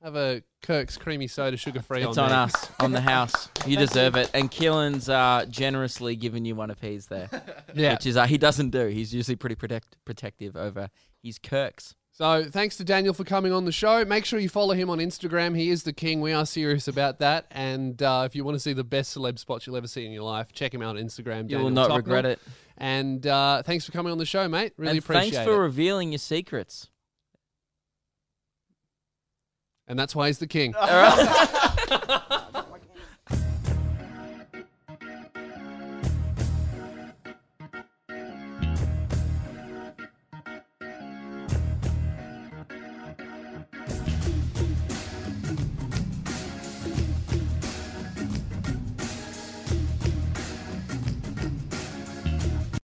Speaker 1: have a Kirk's creamy soda, sugar free.
Speaker 2: It's
Speaker 1: on,
Speaker 2: on
Speaker 1: me.
Speaker 2: us, on the house. You deserve it. And Killen's uh, generously giving you one of his there,
Speaker 1: Yeah.
Speaker 2: which is uh, he doesn't do. He's usually pretty protect- protective over his Kirks.
Speaker 1: So thanks to Daniel for coming on the show. Make sure you follow him on Instagram. He is the king. We are serious about that. And uh, if you want to see the best celeb spots you'll ever see in your life, check him out on Instagram.
Speaker 2: You will not regret it.
Speaker 1: And uh, thanks for coming on the show, mate. Really
Speaker 2: and
Speaker 1: appreciate
Speaker 2: thanks for
Speaker 1: it.
Speaker 2: revealing your secrets.
Speaker 1: And that's why he's the king.
Speaker 2: All right.